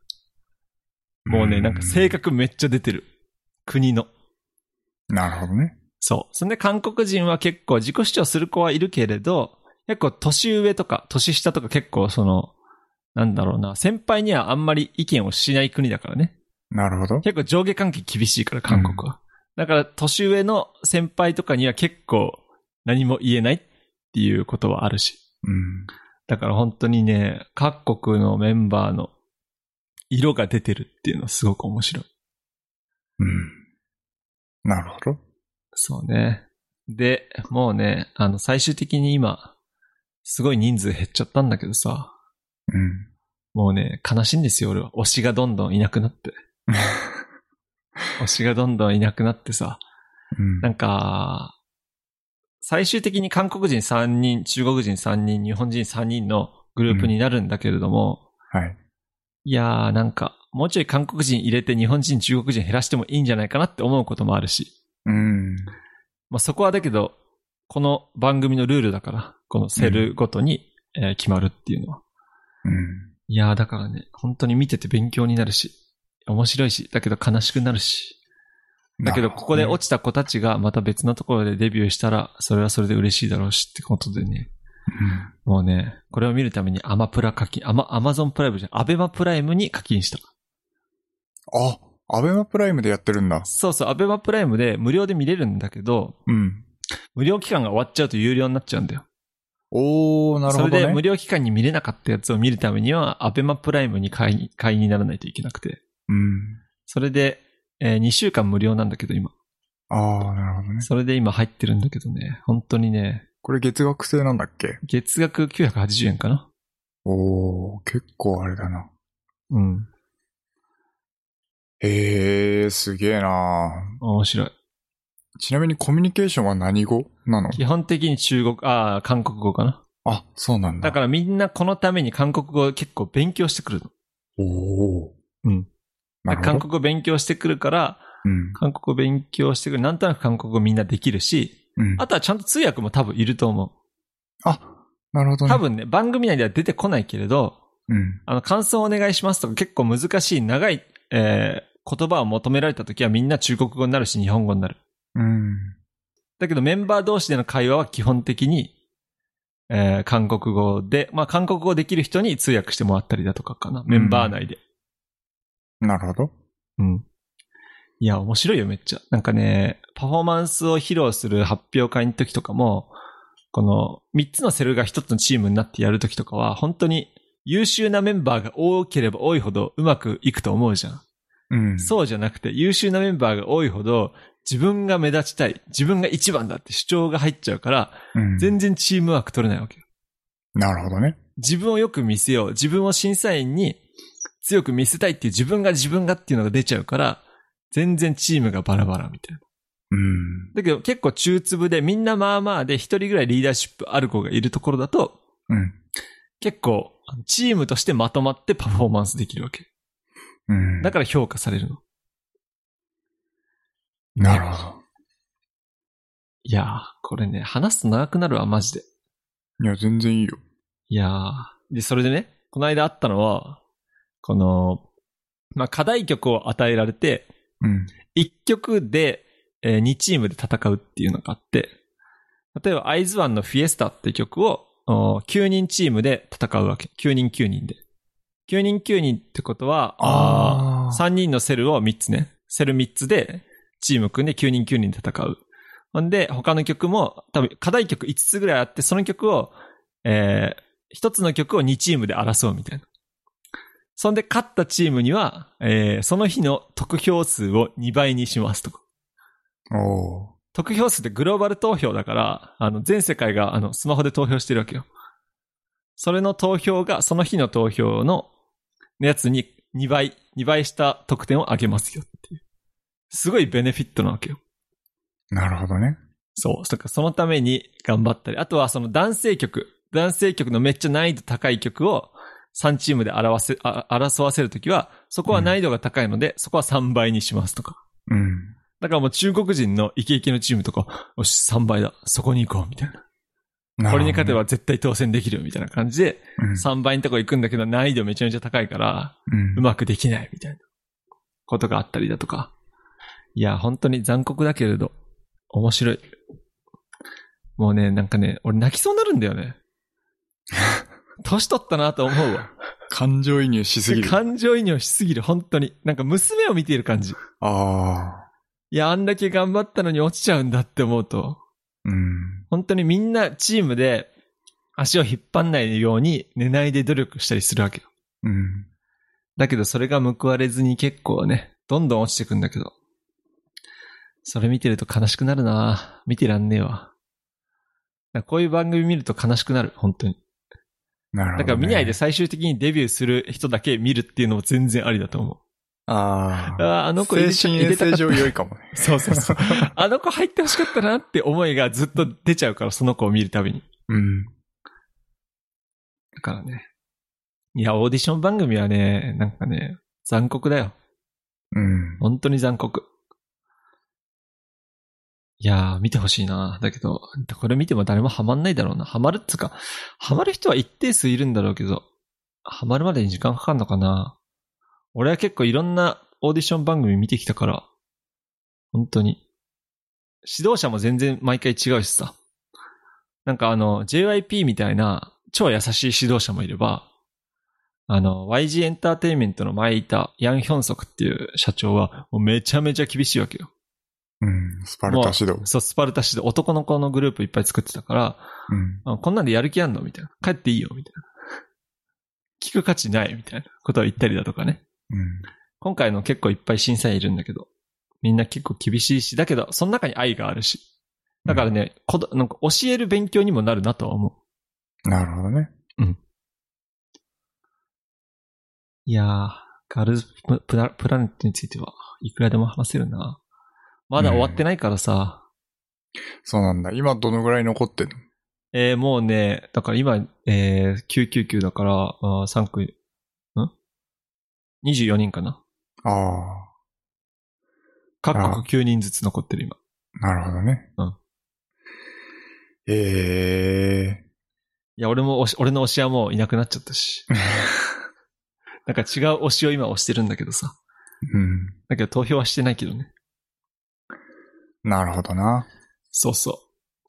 Speaker 1: もうね、なんか性格めっちゃ出てる。国の。
Speaker 2: なるほどね。
Speaker 1: そう。そんで韓国人は結構自己主張する子はいるけれど、結構年上とか年下とか結構その、なんだろうな、先輩にはあんまり意見をしない国だからね。
Speaker 2: なるほど。
Speaker 1: 結構上下関係厳しいから、韓国は。だから年上の先輩とかには結構何も言えないっていうことはあるし。
Speaker 2: うん。
Speaker 1: だから本当にね、各国のメンバーの色が出てるっていうのはすごく面白い。
Speaker 2: うん。なるほど。
Speaker 1: そうね。で、もうね、あの、最終的に今、すごい人数減っちゃったんだけどさ、
Speaker 2: うん。
Speaker 1: もうね、悲しいんですよ、俺は。推しがどんどんいなくなって。推しがどんどんいなくなってさ、
Speaker 2: うん。
Speaker 1: なんか、最終的に韓国人3人、中国人3人、日本人3人のグループになるんだけれども、
Speaker 2: はい。
Speaker 1: いやー、なんか、もうちょい韓国人入れて日本人、中国人減らしてもいいんじゃないかなって思うこともあるし。
Speaker 2: うん。
Speaker 1: まあ、そこはだけど、この番組のルールだから、このセルごとに、えー決まるっていうのは。
Speaker 2: うん。
Speaker 1: いやー、だからね、本当に見てて勉強になるし、面白いし、だけど悲しくなるし。だけど、ここで
Speaker 2: ち
Speaker 1: 落ちた子たちがまた別のところでデビューしたら、それはそれで嬉しいだろうしってことでね。もうね、これを見るためにアマプラ課金、アマ、アマゾンプライムじゃん、アベマプライムに課金した。
Speaker 2: あ、アベマプライムでやってるんだ。
Speaker 1: そうそう、アベマプライムで無料で見れるんだけど、
Speaker 2: うん。
Speaker 1: 無料期間が終わっちゃうと有料になっちゃうんだよ。
Speaker 2: おー、なるほど、ね。
Speaker 1: それで無料期間に見れなかったやつを見るためには、アベマプライムに会員会員にならないといけなくて。
Speaker 2: うん。
Speaker 1: それで、え2週間無料なんだけど今。
Speaker 2: あー、なるほどね。
Speaker 1: それで今入ってるんだけどね、本当にね、
Speaker 2: これ月額制なんだっけ
Speaker 1: 月額980円かな
Speaker 2: おー、結構あれだな。
Speaker 1: うん。
Speaker 2: へー、すげーな
Speaker 1: 面白い。
Speaker 2: ちなみにコミュニケーションは何語なの
Speaker 1: 基本的に中国、ああ、韓国語かな。
Speaker 2: あ、そうなんだ。
Speaker 1: だからみんなこのために韓国語を結構勉強してくるの。
Speaker 2: ら。おー。
Speaker 1: うん。
Speaker 2: なるほど。
Speaker 1: 韓国語勉強してくるから、
Speaker 2: うん。
Speaker 1: 韓国語勉強してくる。なんとなく韓国語みんなできるし、
Speaker 2: うん。
Speaker 1: あとはちゃんと通訳も多分いると思
Speaker 2: あ、なるほど
Speaker 1: う。
Speaker 2: ね。
Speaker 1: 多。分ね、番組内では出てこないけれど、
Speaker 2: うん。
Speaker 1: あの、感想お願いしますとか結構難しい長い、えー言葉を求められた時はみんな中国語になるし日本語になる。
Speaker 2: うん。
Speaker 1: だけどメンバー同士での会話は基本的に、えー韓国語で、まあ、韓国語できる人に通訳してもらったりだとかかな。メンバー内で。
Speaker 2: なるほど。
Speaker 1: うん。いや、面白いよ、めっちゃ。なんかね、パフォーマンスを披露する発表会の時とかも、この3つのセルが1つのチームになってやる時とかは、本当に優秀なメンバーが多ければ多いほどうまくいくと思うじゃん。
Speaker 2: うん。
Speaker 1: そうじゃなくて、優秀なメンバーが多いほど、自分が目立ちたい、自分が一番だって主張が入っちゃうから、
Speaker 2: うん。
Speaker 1: 全然チームワーク取れないわけよ。
Speaker 2: なるほどね。
Speaker 1: 自分をよく見せよう、自分を審査員に強く見せたいっていう自分が自分がっていうのが出ちゃうから、全然チームがバラバラみたいな。
Speaker 2: うん。
Speaker 1: だけど結構中粒でみんなまあまあで一人ぐらいリーダーシップある子がいるところだと、
Speaker 2: うん。
Speaker 1: 結構チームとしてまとまってパフォーマンスできるわけ。
Speaker 2: うん。
Speaker 1: だから評価されるの。
Speaker 2: なるほど。
Speaker 1: いやー、これね、話すと長くなるわ、マジで。
Speaker 2: いや、全然いいよ。
Speaker 1: いやー。で、それでね、この間あったのは、この、まあ、課題曲を与えられて、
Speaker 2: うん。
Speaker 1: 一曲で、え2チームで戦うっていうのがあって、例えば、アイズワンのフィエスタって曲を、9人チームで戦うわけ。9人9人で。9人9人ってことは、
Speaker 2: あー
Speaker 1: 3人のセルを3つね。セル3つで、チーム組んで9人9人で戦う。ほんで、他の曲も、多分、課題曲5つぐらいあって、その曲を、えー、1つの曲を2チームで争うみたいな。そんで、勝ったチームには、えー、その日の得票数を2倍にしますとか。
Speaker 2: おー
Speaker 1: 得票数ってグローバル投票だから、あの、全世界が、あの、スマホで投票してるわけよ。それの投票が、その日の投票の、のやつに2倍、2倍した得点を上げますよっていう。すごいベネフィットなわけよ。
Speaker 2: なるほどね。
Speaker 1: そう。だからそのために頑張ったり。あとはその男性曲。男性曲のめっちゃ難易度高い曲を3チームで表せ、あ争わせるときは、そこは難易度が高いので、そこは3倍にしますとか。
Speaker 2: うん。
Speaker 1: だからもう中国人のイケイケのチームとか、よし、3倍だ。そこに行こう、みたいな。
Speaker 2: なるほどね
Speaker 1: これに勝てば絶対当選できる、みたいな感じで、
Speaker 2: うん
Speaker 1: 3倍のとこ行くんだけど難易度めちゃめちゃ高いから、
Speaker 2: うん
Speaker 1: うまくできない、みたいなことがあったりだとか。いや、本当に残酷だけれど、面白い。もうね、なんかね、俺泣きそうになるんだよ ね。年取ったなと思うわ。
Speaker 2: 感情移入しすぎる。
Speaker 1: 感情移入しすぎる、本当に。なんか娘を見ている感じ。
Speaker 2: ああ。
Speaker 1: いや、あんだけ頑張ったのに落ちちゃうんだって思うと、
Speaker 2: うん。
Speaker 1: 本当にみんなチームで足を引っ張んないように寝ないで努力したりするわけよ。
Speaker 2: うん。
Speaker 1: だけどそれが報われずに結構ね、どんどん落ちてくんだけど。それ見てると悲しくなるな見てらんねえわ。だからこういう番組見ると悲しくなる、本当に。
Speaker 2: なるほど、ね。
Speaker 1: だから見ないで。最終的にデビューする人だけ見るっていうのも全然ありだと思
Speaker 2: あ
Speaker 1: う。
Speaker 2: あ。
Speaker 1: ああ、あの子入
Speaker 2: 精
Speaker 1: れた
Speaker 2: 神
Speaker 1: 入れた
Speaker 2: 衛生
Speaker 1: かった
Speaker 2: 上良いかもね。
Speaker 1: そうそうそう。 あの子入ってほしかったなって思いがずっと出ちゃうから、その子を見るたびに。
Speaker 2: うん。
Speaker 1: だからね。いや、オーディション番組はね、なんかね、残酷だよ。
Speaker 2: うん。
Speaker 1: 本当に残酷。いやー、見てほしいな。だけど、これ見ても誰もハマんないだろうな。ハマるっつうか、ハマる人は一定数いるんだろうけど、ハマるまでに時間かかんのかな。俺は結構いろんなオーディション番組見てきたから、本当に。指導者も全然毎回違うしさ。なんかあの、JYP みたいな超優しい指導者もいれば、あの、YG エンターテインメントの前いたヤンヒョンソクっていう社長は、もうめちゃめちゃ厳しいわけよ。
Speaker 2: うん。スパルタ指導。
Speaker 1: そう、スパルタ指導、男の子のグループいっぱい作ってたから、
Speaker 2: うん。
Speaker 1: あこんなんでやる気あんのみたいな。帰っていいよみたいな。聞く価値ないみたいなことを言ったりだとかね。
Speaker 2: うん。
Speaker 1: 今回の結構いっぱい審査員いるんだけど、みんな結構厳しいし、だけど、その中に愛があるし。だからね、こどなんか教える勉強にもなるなとは思
Speaker 2: なるほどね。
Speaker 1: う。いやー、ガールズププラプラネットについてはいくらでも話せるな。まだ終わってないからさ、
Speaker 2: そうなんだ。今どのぐらい残ってんの
Speaker 1: えー、もうね、だから今、えー、999だから、あ3区、ん ?24 人かな
Speaker 2: あ
Speaker 1: 各国9人ずつ残ってる今。
Speaker 2: あ。なるほどね。
Speaker 1: うん。
Speaker 2: え
Speaker 1: いや、俺も推し、俺の推しはもういなくなっちゃったし。なんか違う推しを今推してるんだけどさ。
Speaker 2: ー。うん。
Speaker 1: だけど投票はしてないけどね。
Speaker 2: なるほどな。
Speaker 1: そうそう。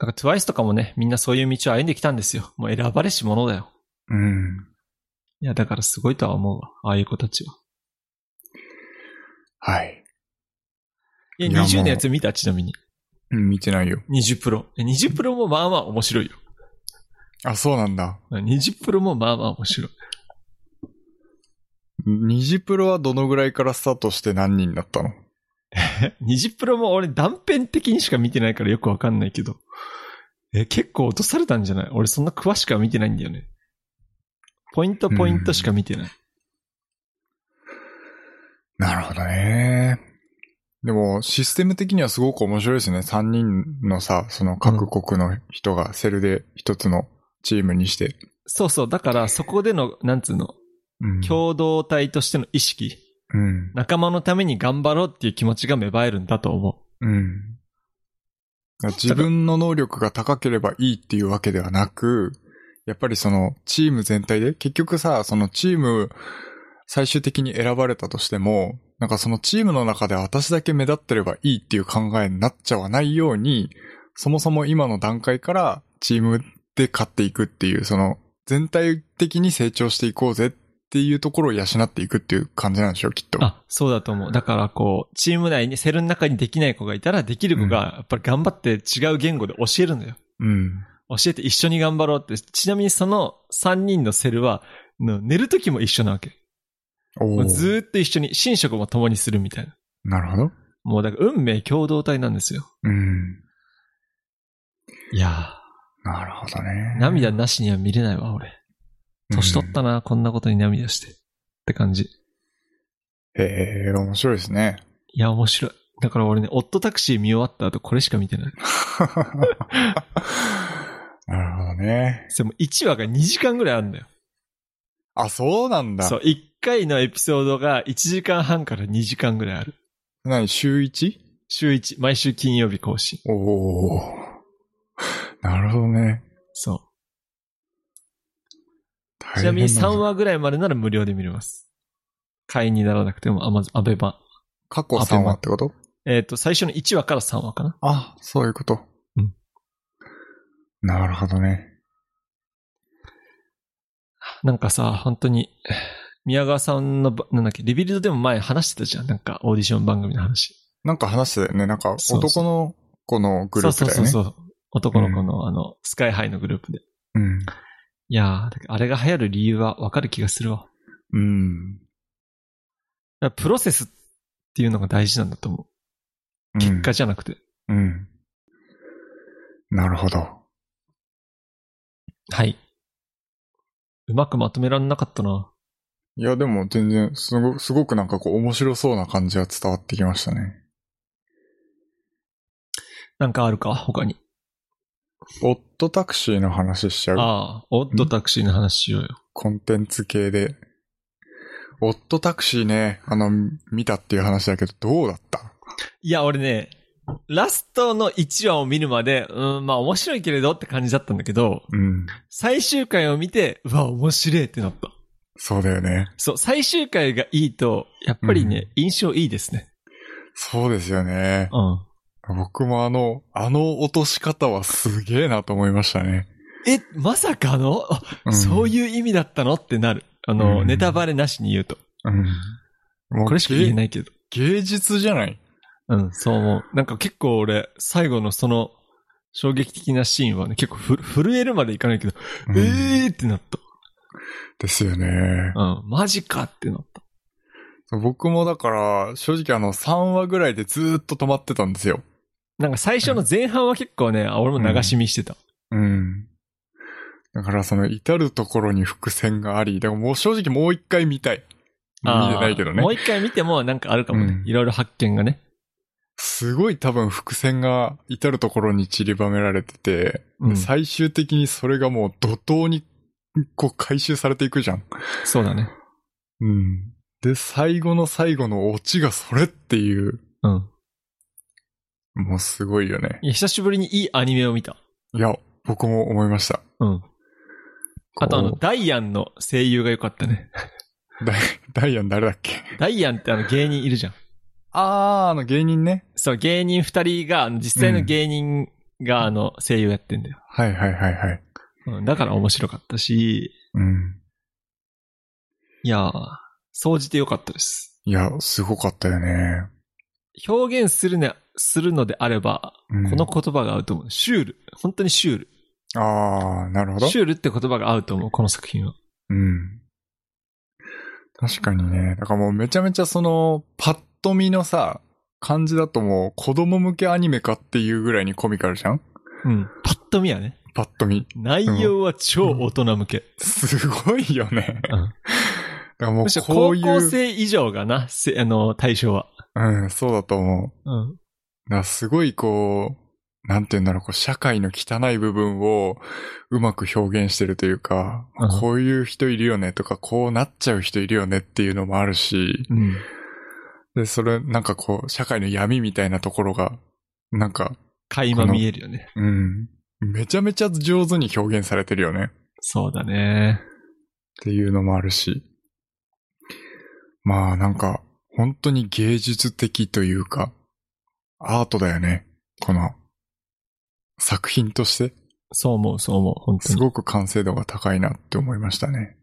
Speaker 1: だから TWICE とかもね、みんなそういう道を歩んできたんですよ。もう選ばれし者だよ。
Speaker 2: うん。
Speaker 1: いや、だからすごいとは思うわ。ああいう子たちは。
Speaker 2: はい。
Speaker 1: いや、
Speaker 2: いや
Speaker 1: 20
Speaker 2: もう
Speaker 1: のやつ見たちなみに。
Speaker 2: うん、見てないよ。
Speaker 1: 20プロ。え20プロもまあまあ面白いよ。
Speaker 2: あ、そうなんだ。
Speaker 1: 20プロもまあまあ面白い。
Speaker 2: ニジプロはどのぐらいからスタートして何人だったの
Speaker 1: 20プロも俺断片的にしか見てないからよくわかんないけど。え、結構落とされたんじゃない俺そんな詳しくは見てないんだよね。ポイントポイントしか見てない。
Speaker 2: なるほどね。でも、システム的にはすごく面白いですね。3人のさ、その各国の人がセルで一つのチームにして。
Speaker 1: そうそう。だからそこでの、なんつうの、
Speaker 2: うん。
Speaker 1: 共同体としての意識。
Speaker 2: うん。
Speaker 1: 仲間のために頑張ろうっていう気持ちが芽生えるんだと思
Speaker 2: うん。自分の能力が高ければいいっていうわけではなく、やっぱりそのチーム全体で、結局さ、そのチーム最終的に選ばれたとしても、なんかそのチームの中で私だけ目立ってればいいっていう考えになっちゃわないように、そもそも今の段階からチームで勝っていくっていう、その全体的に成長していこうぜっていうところを養っていくっていう感じなんでしょう、きっと
Speaker 1: う。。あ、そうだと思う。だからこう、チーム内に、セルの中にできない子がいたら、できる子がやっぱり頑張って違う言語で教えるんだよ。
Speaker 2: うん。
Speaker 1: 教えて一緒に頑張ろうって。ちなみにその3人のセルは、の寝る時も一緒なわけ。
Speaker 2: お
Speaker 1: もう
Speaker 2: ー
Speaker 1: ずーっと一緒に、寝食も共にするみたいな。
Speaker 2: なるほど。
Speaker 1: もうだから運命共同体なんですよ。
Speaker 2: うん。
Speaker 1: いや
Speaker 2: なるほどね
Speaker 1: ー、。涙なしには見れないわ、俺。年取ったな、こんなことに涙して。って感じ。
Speaker 2: うん。へえ、面白いですね。
Speaker 1: いや、面白い。だから俺ね、オットタクシー見終わった後、これしか見てない。
Speaker 2: なるほどね。
Speaker 1: それも1話が2時間ぐらいあるんだよ。
Speaker 2: あ、そうなんだ。
Speaker 1: そう、1回のエピソードが1時間半から2時間ぐらいある。
Speaker 2: 何、週 1?
Speaker 1: 週1、毎週金曜日更新。
Speaker 2: おお。なるほどね。
Speaker 1: そ
Speaker 2: 大
Speaker 1: う。ち
Speaker 2: 変
Speaker 1: なみに3
Speaker 2: だ
Speaker 1: 話ぐらいまでなら無料で見れます。会員にならなくても、あまず、アベ版。
Speaker 2: 過去3話ってこと
Speaker 1: えっ、と、最初の1話から3話かな。
Speaker 2: あ、そういうこと。
Speaker 1: うん
Speaker 2: なるほどね。
Speaker 1: なんかさ、本当に、宮川さんのば、なんだっけ、リビルドでも前話してたじゃん。なんか、オーディション番組の話。
Speaker 2: なんか話してたよね。なんか
Speaker 1: そうそ
Speaker 2: 男
Speaker 1: う
Speaker 2: の子のグループだよね。
Speaker 1: そうそうそうそう。男の子の、あの、スカイハイのグループで。
Speaker 2: うん。
Speaker 1: いやー、だからあれが流行る理由はわかる気がするわ。
Speaker 2: うん。
Speaker 1: だからプロセスっていうのが大事なんだと思
Speaker 2: う
Speaker 1: う。
Speaker 2: ん
Speaker 1: 結果じゃなくて。
Speaker 2: うん。なるほど。
Speaker 1: はい。うまくまとめられなかったな。
Speaker 2: いや、でも全然、すご、すごくなんかこう面白そうな感じが伝わってきましたね。
Speaker 1: なんかあるか他に。
Speaker 2: オットタクシーの話しちゃう。
Speaker 1: ああ、オッドタクシーの話しようよ。
Speaker 2: コンテンツ系で。オットタクシーね、あの、見たっていう話だけど、どうだった
Speaker 1: いや、俺ね、ラストの1話を見るまで、うん、まあ面白いけれどって感じだったんだけど、
Speaker 2: うん。
Speaker 1: 最終回を見て、うわ、面白いってなった。
Speaker 2: そうだよね。
Speaker 1: そう、最終回がいいと、やっぱりね、印象いいですね。
Speaker 2: そうですよね。
Speaker 1: うん。
Speaker 2: 僕もあの、あの落とし方はすげえなと思いましたね。
Speaker 1: え、まさかの、 あそう
Speaker 2: う
Speaker 1: いう意味だったのってなる。あの、
Speaker 2: うん
Speaker 1: ネタバレなしに言うと。
Speaker 2: ん。うん。もう
Speaker 1: これしか言え
Speaker 2: 芸
Speaker 1: ないけど。
Speaker 2: 芸術じゃない
Speaker 1: うん、そう思う。なんか結構俺、最後のその、衝撃的なシーンはね、結構ふ震えるまでいかないけど、
Speaker 2: うん
Speaker 1: えーってなった。
Speaker 2: ですよね。
Speaker 1: うん、マジかってなった。
Speaker 2: 僕もだから、正直あの、3話ぐらいでずーっと止まってたんですよ。
Speaker 1: なんか最初の前半は結構ね、あ俺も流し見してた。
Speaker 2: うん。だからその至るところに伏線があり、でももう正直もう一回見たい。
Speaker 1: あー
Speaker 2: 見てないけど
Speaker 1: も
Speaker 2: ね
Speaker 1: う。一回見てもなんかあるかもね。
Speaker 2: うん
Speaker 1: いろいろ発見がね。
Speaker 2: すごい多分伏線が至るところに散りばめられてて、
Speaker 1: うん
Speaker 2: で最終的にそれがもう怒涛にこう回収されていくじゃん。
Speaker 1: そうだね。
Speaker 2: うん。で、最後の最後のオチがそれっていう、
Speaker 1: うん。
Speaker 2: もうすごいよね。
Speaker 1: いや、久しぶりにいいアニメを見た。
Speaker 2: いや、僕も思いました。
Speaker 1: うん。あとあの、
Speaker 2: こ
Speaker 1: ダイアンの声優が良かったね。
Speaker 2: う、ダイダイアン誰だっけ
Speaker 1: ダイアンってあの芸人いるじゃん。
Speaker 2: あー、あの芸人ね。
Speaker 1: そう、芸人二人が、あの実際の芸人があの声優やってんだよ。
Speaker 2: はいはいはいはい。
Speaker 1: うん、だから面白かったし、
Speaker 2: うん。
Speaker 1: いやー、掃除て良かったです。
Speaker 2: いや、すごかったよね。
Speaker 1: 表現するね、するのであれば、
Speaker 2: うん
Speaker 1: この言葉が合うと思う。シュール。本当にシュール。
Speaker 2: ああ、なるほど。
Speaker 1: シュールって言葉が合うと思う、この作品は。
Speaker 2: うん。確かにね。だからもうめちゃめちゃその、パッと見のさ、感じだともう子供向けアニメかっていうぐらいにコミカルじゃん
Speaker 1: うん。パッと見はね。
Speaker 2: パッと見。
Speaker 1: 内容は超大人向け。
Speaker 2: すごいよね。
Speaker 1: うん
Speaker 2: だからもう
Speaker 1: むしろ
Speaker 2: こ
Speaker 1: 高
Speaker 2: ういう。
Speaker 1: 校生以上がな、せあの、対象は。
Speaker 2: うん、そうだと思う。
Speaker 1: うん。
Speaker 2: だからすごいこう、なんて言うんだろう、こう社会の汚い部分をうまく表現してるというか、まあ
Speaker 1: うん
Speaker 2: こういう人いるよねとか、こうなっちゃう人いるよねっていうのもあるし、
Speaker 1: うん。
Speaker 2: で、それ、なんかこう、社会の闇みたいなところが、なんか、
Speaker 1: 垣間見えるよね。
Speaker 2: うん、めちゃめちゃ上手に表現されてるよね。っ
Speaker 1: そうだね。
Speaker 2: ていうのもあるし。まあ、なんか、本当に芸術的というか、アートだよね。この、作品として、
Speaker 1: そう思う、そう思う、本当
Speaker 2: す
Speaker 1: に。
Speaker 2: ごく完成度が高いなって思いましたね。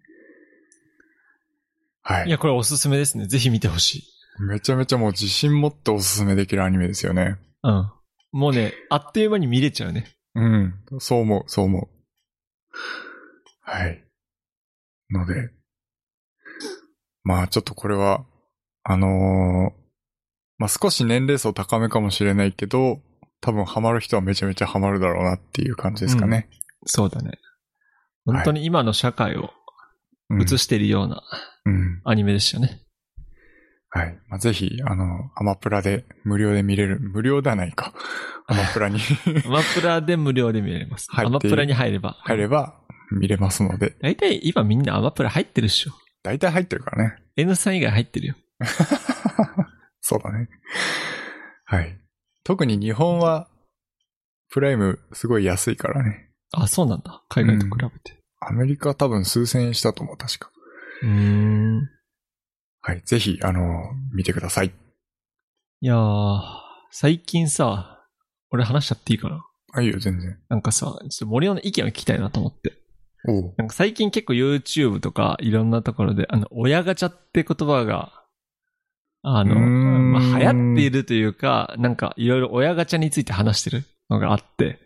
Speaker 2: はいい。
Speaker 1: や、これおすすめですね。ぜひ見てほしい。
Speaker 2: めちゃめちゃもう自信持っておすすめできるアニメですよね。
Speaker 1: うん。もうね、あっという間に見れちゃうね。
Speaker 2: うん。そう思う、そう思う。はい。ので。まあちょっとこれは、あのーまあ少し年齢層高めかもしれないけど、多分ハマる人はめちゃめちゃハマるだろうなっていう感じですかね。
Speaker 1: そうだね。本当に今の社会を
Speaker 2: うん。
Speaker 1: 映しているような
Speaker 2: うん。
Speaker 1: アニメでしたね。
Speaker 2: はい。まあぜひ、あの、アマプラで無料で見れる、無料ではない か。アマプラ に
Speaker 1: アマプラで無料で見れます。
Speaker 2: 入っ
Speaker 1: ア
Speaker 2: て
Speaker 1: マプラに入れば。
Speaker 2: 入れば見れますので、
Speaker 1: 大体今みんなアマプラ入ってるっしょ。
Speaker 2: 大体入ってるから ね。
Speaker 1: N さん以外入ってるよ。
Speaker 2: そうだね。はい。特に日本は、プライムすごい安いからね。
Speaker 1: あ、そうなんだ。海外と比べて。
Speaker 2: アメリカ多分数千円したと思う、確か。
Speaker 1: うーん。
Speaker 2: はい。ぜひ、あの、見てください。
Speaker 1: いやー、最近さ、俺話しちゃっていいかな
Speaker 2: あ、いいよ、全然。
Speaker 1: なんかさ、ちょっと森尾の意見を聞きたいなと思って。
Speaker 2: おう。
Speaker 1: なんか最近結構 YouTube とかいろんなところで、あの、親ガチャって言葉が、あの、
Speaker 2: うーん
Speaker 1: まあ、流行っているというか、なんかいろいろ親ガチャについて話してるのがあって、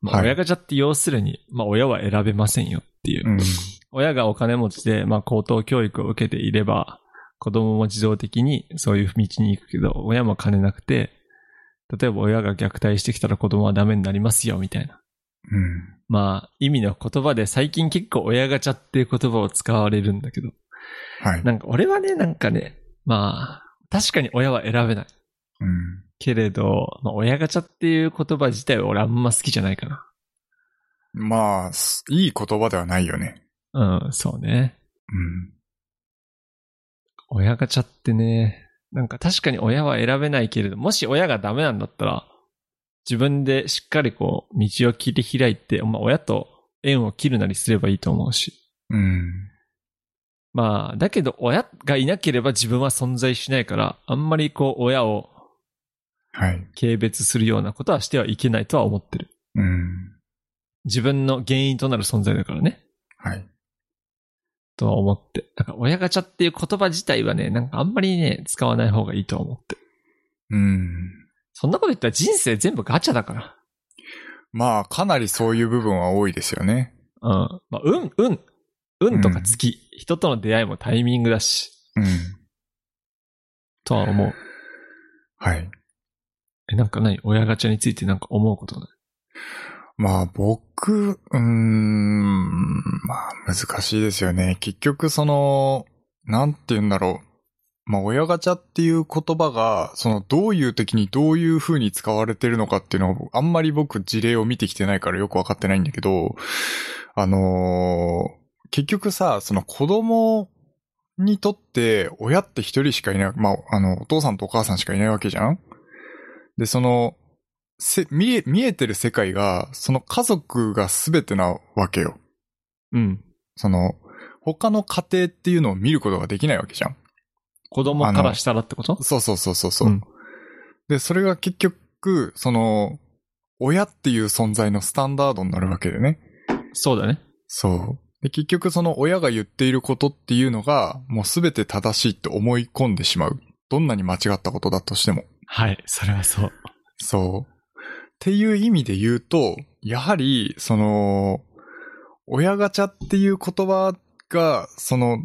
Speaker 1: まあ、
Speaker 2: はい
Speaker 1: 親ガチャって要するに、まあ親は選べませんよっていう。
Speaker 2: うん。
Speaker 1: 親がお金持ちで、まあ高等教育を受けていれば、子供も自動的にそういう道に行くけど、親も金なくて、例えば親が虐待してきたら子供はダメになりますよ、みたいな。
Speaker 2: うん。
Speaker 1: まあ、意味の言葉で最近結構親ガチャっていう言葉を使われるんだけど、
Speaker 2: はい。
Speaker 1: なんか俺はね、なんかね、まあ、確かに親は選べない。
Speaker 2: うん。
Speaker 1: けれど、まあ、親ガチャっていう言葉自体は俺あんま好きじゃないかな。
Speaker 2: まあ、すいい言葉ではないよね。
Speaker 1: うん、そうね。
Speaker 2: うん。
Speaker 1: 親ガチャってね、なんか確かに親は選べないけれど、もし親がダメなんだったら、自分でしっかりこう、道を切り開いて、まあ親と縁を切るなりすればいいと思うし。
Speaker 2: うん。
Speaker 1: まあ、だけど親がいなければ自分は存在しないから、あんまりこう親を
Speaker 2: はい。
Speaker 1: 軽蔑するようなことはしてはいけないとは思ってる。
Speaker 2: うん。
Speaker 1: 自分の原因となる存在だからね。
Speaker 2: はい。
Speaker 1: とは思って。だから親ガチャっていう言葉自体はね、なんかあんまりね、使わない方がいいとは思ってる。
Speaker 2: うん。
Speaker 1: そんなこと言ったら人生全部ガチャだから。
Speaker 2: まあ、かなりそういう部分は多いですよね。
Speaker 1: うん。まあ、運、運、運とか月、人との出会いもタイミングだし、
Speaker 2: うん。
Speaker 1: とは思う。
Speaker 2: はい。
Speaker 1: え、なんか何親ガチャについてなんか思うことない
Speaker 2: まあ僕、うーん、まあ難しいですよね。結局その、なんて言うんだろう。まあ親ガチャっていう言葉が、そのどういう時にどういう風に使われてるのかっていうのを、あんまり僕事例を見てきてないからよくわかってないんだけど、あのー結局さ、その子供にとって親って一人しかいない、まああの、お父さんとお母さんしかいないわけじゃんで、その、せ、見え、見えてる世界が、その家族が全てなわけよ。
Speaker 1: うん。
Speaker 2: その、他の家庭っていうのを見ることができないわけじゃん。
Speaker 1: 子供からしたらってこと
Speaker 2: そうそうそうそうそう、
Speaker 1: うん
Speaker 2: で、それが結局、その、親っていう存在のスタンダードになるわけでね。
Speaker 1: そうだね。
Speaker 2: そう。で、結局その親が言っていることっていうのが、もうすべて正しいって思い込んでしまう。どんなに間違ったことだとしても。
Speaker 1: はい、それはそう。
Speaker 2: そう。っていう意味で言うと、やはり、その、親ガチャっていう言葉が、その、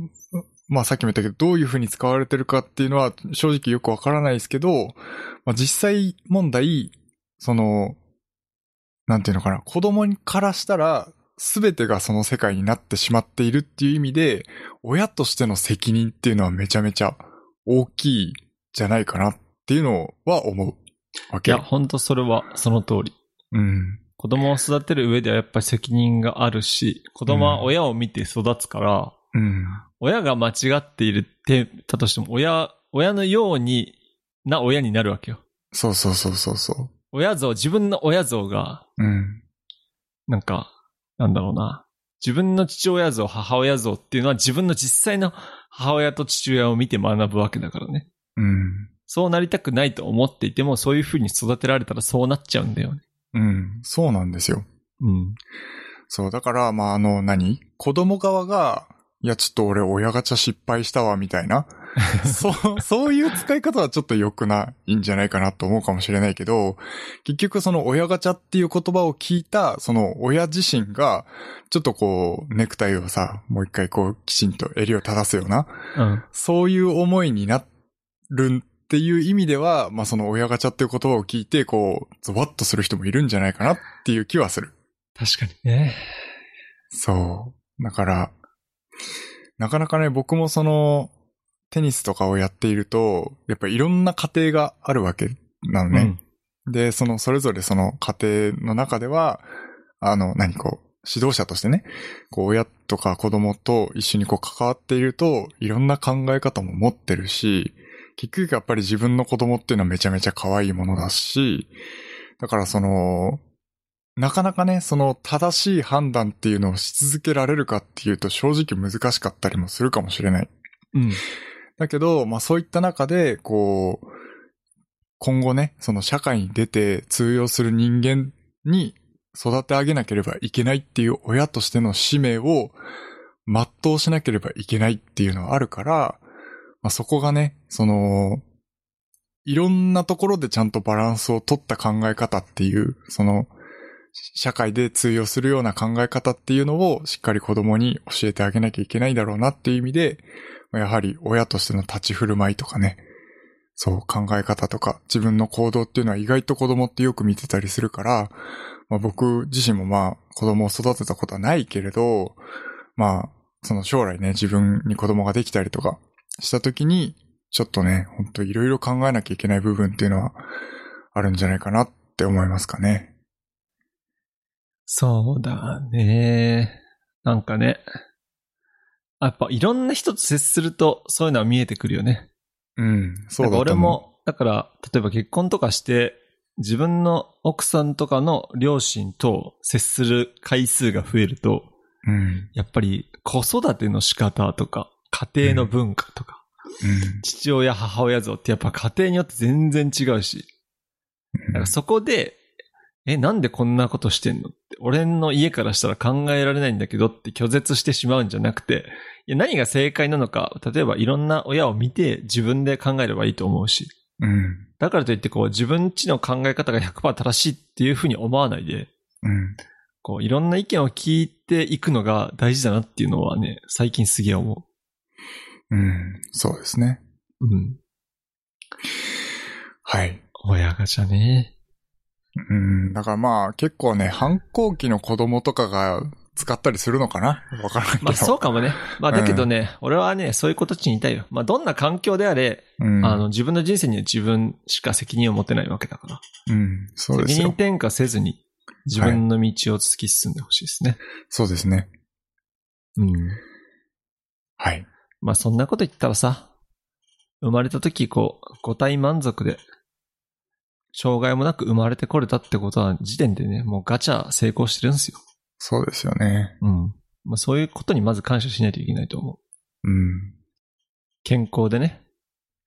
Speaker 2: まあさっきも言ったけど、どういうふうに使われてるかっていうのは正直よくわからないですけど、まあ実際問題、その、なんていうのかな、子供からしたら、すべてがその世界になってしまっているっていう意味で、親としての責任っていうのはめちゃめちゃ大きいじゃないかなっていうのは思うわ
Speaker 1: い
Speaker 2: け。
Speaker 1: や、ほんとそれはその通り。
Speaker 2: うん。
Speaker 1: 子供を育てる上ではやっぱり責任があるし、子供は親を見て育つから、
Speaker 2: うん。
Speaker 1: 親が間違っているって、たとしても、親、親のようにな親になるわけよ。
Speaker 2: そうそうそうそうそ
Speaker 1: 親像、自分の親像が、
Speaker 2: う。うん。
Speaker 1: なんか、なんだろうな。自分の父親像、母親像っていうのは自分の実際の母親と父親を見て学ぶわけだからね。
Speaker 2: うん。
Speaker 1: そうなりたくないと思っていても、そういう風に育てられたらそうなっちゃうんだよね。
Speaker 2: うん。そうなんですよ。
Speaker 1: うん。
Speaker 2: そう、だから、まあ、あの、何子供側が、いや、ちょっと俺親ガチャ失敗したわ、みたいな。そう、そういう使い方はちょっと良くないんじゃないかなと思うかもしれないけど、結局その親ガチャっていう言葉を聞いた、その親自身が、ちょっとこう、ネクタイをさ、もう一回こう、きちんと襟を正すような、
Speaker 1: うん。
Speaker 2: そういう思いになるっていう意味では、まあ、その親ガチャっていう言葉を聞いて、こう、ゾワッとする人もいるんじゃないかなっていう気はする。
Speaker 1: 確かにね。
Speaker 2: そう。だから、なかなかね、僕もその、テニスとかをやっていると、やっぱいろんな家庭があるわけなのね。
Speaker 1: うん。
Speaker 2: で、その、それぞれその家庭の中では、あの、何こう、指導者としてね、こう、親とか子供と一緒にこう関わっていると、いろんな考え方も持ってるし、結局やっぱり自分の子供っていうのはめちゃめちゃ可愛いものだし、だからその、なかなかね、その正しい判断っていうのをし続けられるかっていうと正直難しかったりもするかもしれない。
Speaker 1: うん。
Speaker 2: だけど、まあそういった中で、こう、今後ね、その社会に出て通用する人間に育て上げなければいけないっていう親としての使命を全うしなければいけないっていうのはあるから、まあそこがね、その、いろんなところでちゃんとバランスを取った考え方っていう、その、社会で通用するような考え方っていうのをしっかり子供に教えてあげなきゃいけないだろうなっていう意味で、まあやはり親としての立ち振る舞いとかね、そう考え方とか自分の行動っていうのは意外と子供ってよく見てたりするから、まあ、僕自身もまあ子供を育てたことはないけれど、まあその将来ね自分に子供ができたりとかした時にちょっとね、ほんといろいろ考えなきゃいけない部分っていうのはあるんじゃないかなって思いますかね。
Speaker 1: そうだね。なんかね。やっぱいろんな人と接するとそういうのは見えてくるよね。
Speaker 2: うん、そうだ
Speaker 1: なん
Speaker 2: と
Speaker 1: か俺
Speaker 2: 思
Speaker 1: も、だから、例えば結婚とかして、自分の奥さんとかの両親と接する回数が増えると、
Speaker 2: う。うん、
Speaker 1: やっぱり子育ての仕方とか、家庭の文化とか、父親、母親像ってやっぱ家庭によって全然違うし、
Speaker 2: うん。
Speaker 1: だからそこで、え、なんでこんなことしてんのって、俺の家からしたら考えられないんだけどって拒絶してしまうんじゃなくて、いや何が正解なのか、例えばいろんな親を見て自分で考えればいいと思うし、
Speaker 2: うん、
Speaker 1: だからといってこう自分ちの考え方が100%正しいっていうふうに思わないで、
Speaker 2: うん。
Speaker 1: こういろんな意見を聞いていくのが大事だなっていうのはね、最近すげえ思
Speaker 2: うん、そうですね。
Speaker 1: う。うん。
Speaker 2: はい。
Speaker 1: 親がじゃね
Speaker 2: うん、だからまあ結構ね、反抗期の子供とかが使ったりするのかなわからないけど。
Speaker 1: まあそうかもね。まあだけどね、俺はね、そういう子たちにいたいよ。まあどんな環境であれ、
Speaker 2: うん。
Speaker 1: あの自分の人生には自分しか責任を持てないわけだから。
Speaker 2: うん、そうで
Speaker 1: 責
Speaker 2: す
Speaker 1: 任
Speaker 2: よ。
Speaker 1: 転嫁せずに自分の道を突き進んでほしいですね。
Speaker 2: そうですね。
Speaker 1: うん。
Speaker 2: はい。
Speaker 1: まあそんなこと言ったらさ、生まれた時こう、五体満足で、障害もなく生まれてこれたってことは時点でね、もうガチャ成功してるんですよ。
Speaker 2: そうですよね。
Speaker 1: うん。まあそういうことにまず感謝しないといけないと思う。
Speaker 2: うん。
Speaker 1: 健康でね。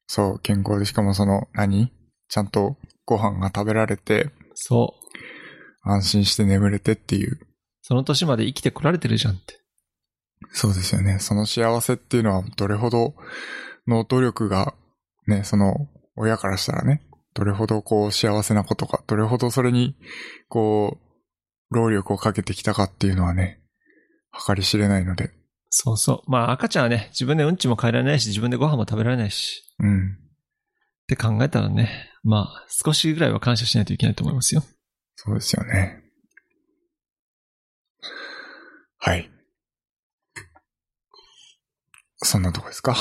Speaker 2: そう、健康で、しかもその、何ちゃんとご飯が食べられて、
Speaker 1: そう。
Speaker 2: 安心して眠れてっていう。
Speaker 1: その年まで生きてこられてるじゃんって。
Speaker 2: そうですよね。その幸せっていうのはどれほどの努力が、ね、その親からしたらね、どれほどこう幸せなことか、どれほどそれに、こう、労力をかけてきたかっていうのはね、計り知れないので。
Speaker 1: そうそう。まあ赤ちゃんはね、自分でうんちも変えられないし、自分でご飯も食べられないし、
Speaker 2: うん。
Speaker 1: って考えたらね、まあ少しぐらいは感謝しないといけないと思いますよ。
Speaker 2: そうですよね。はい。そんなとこですか。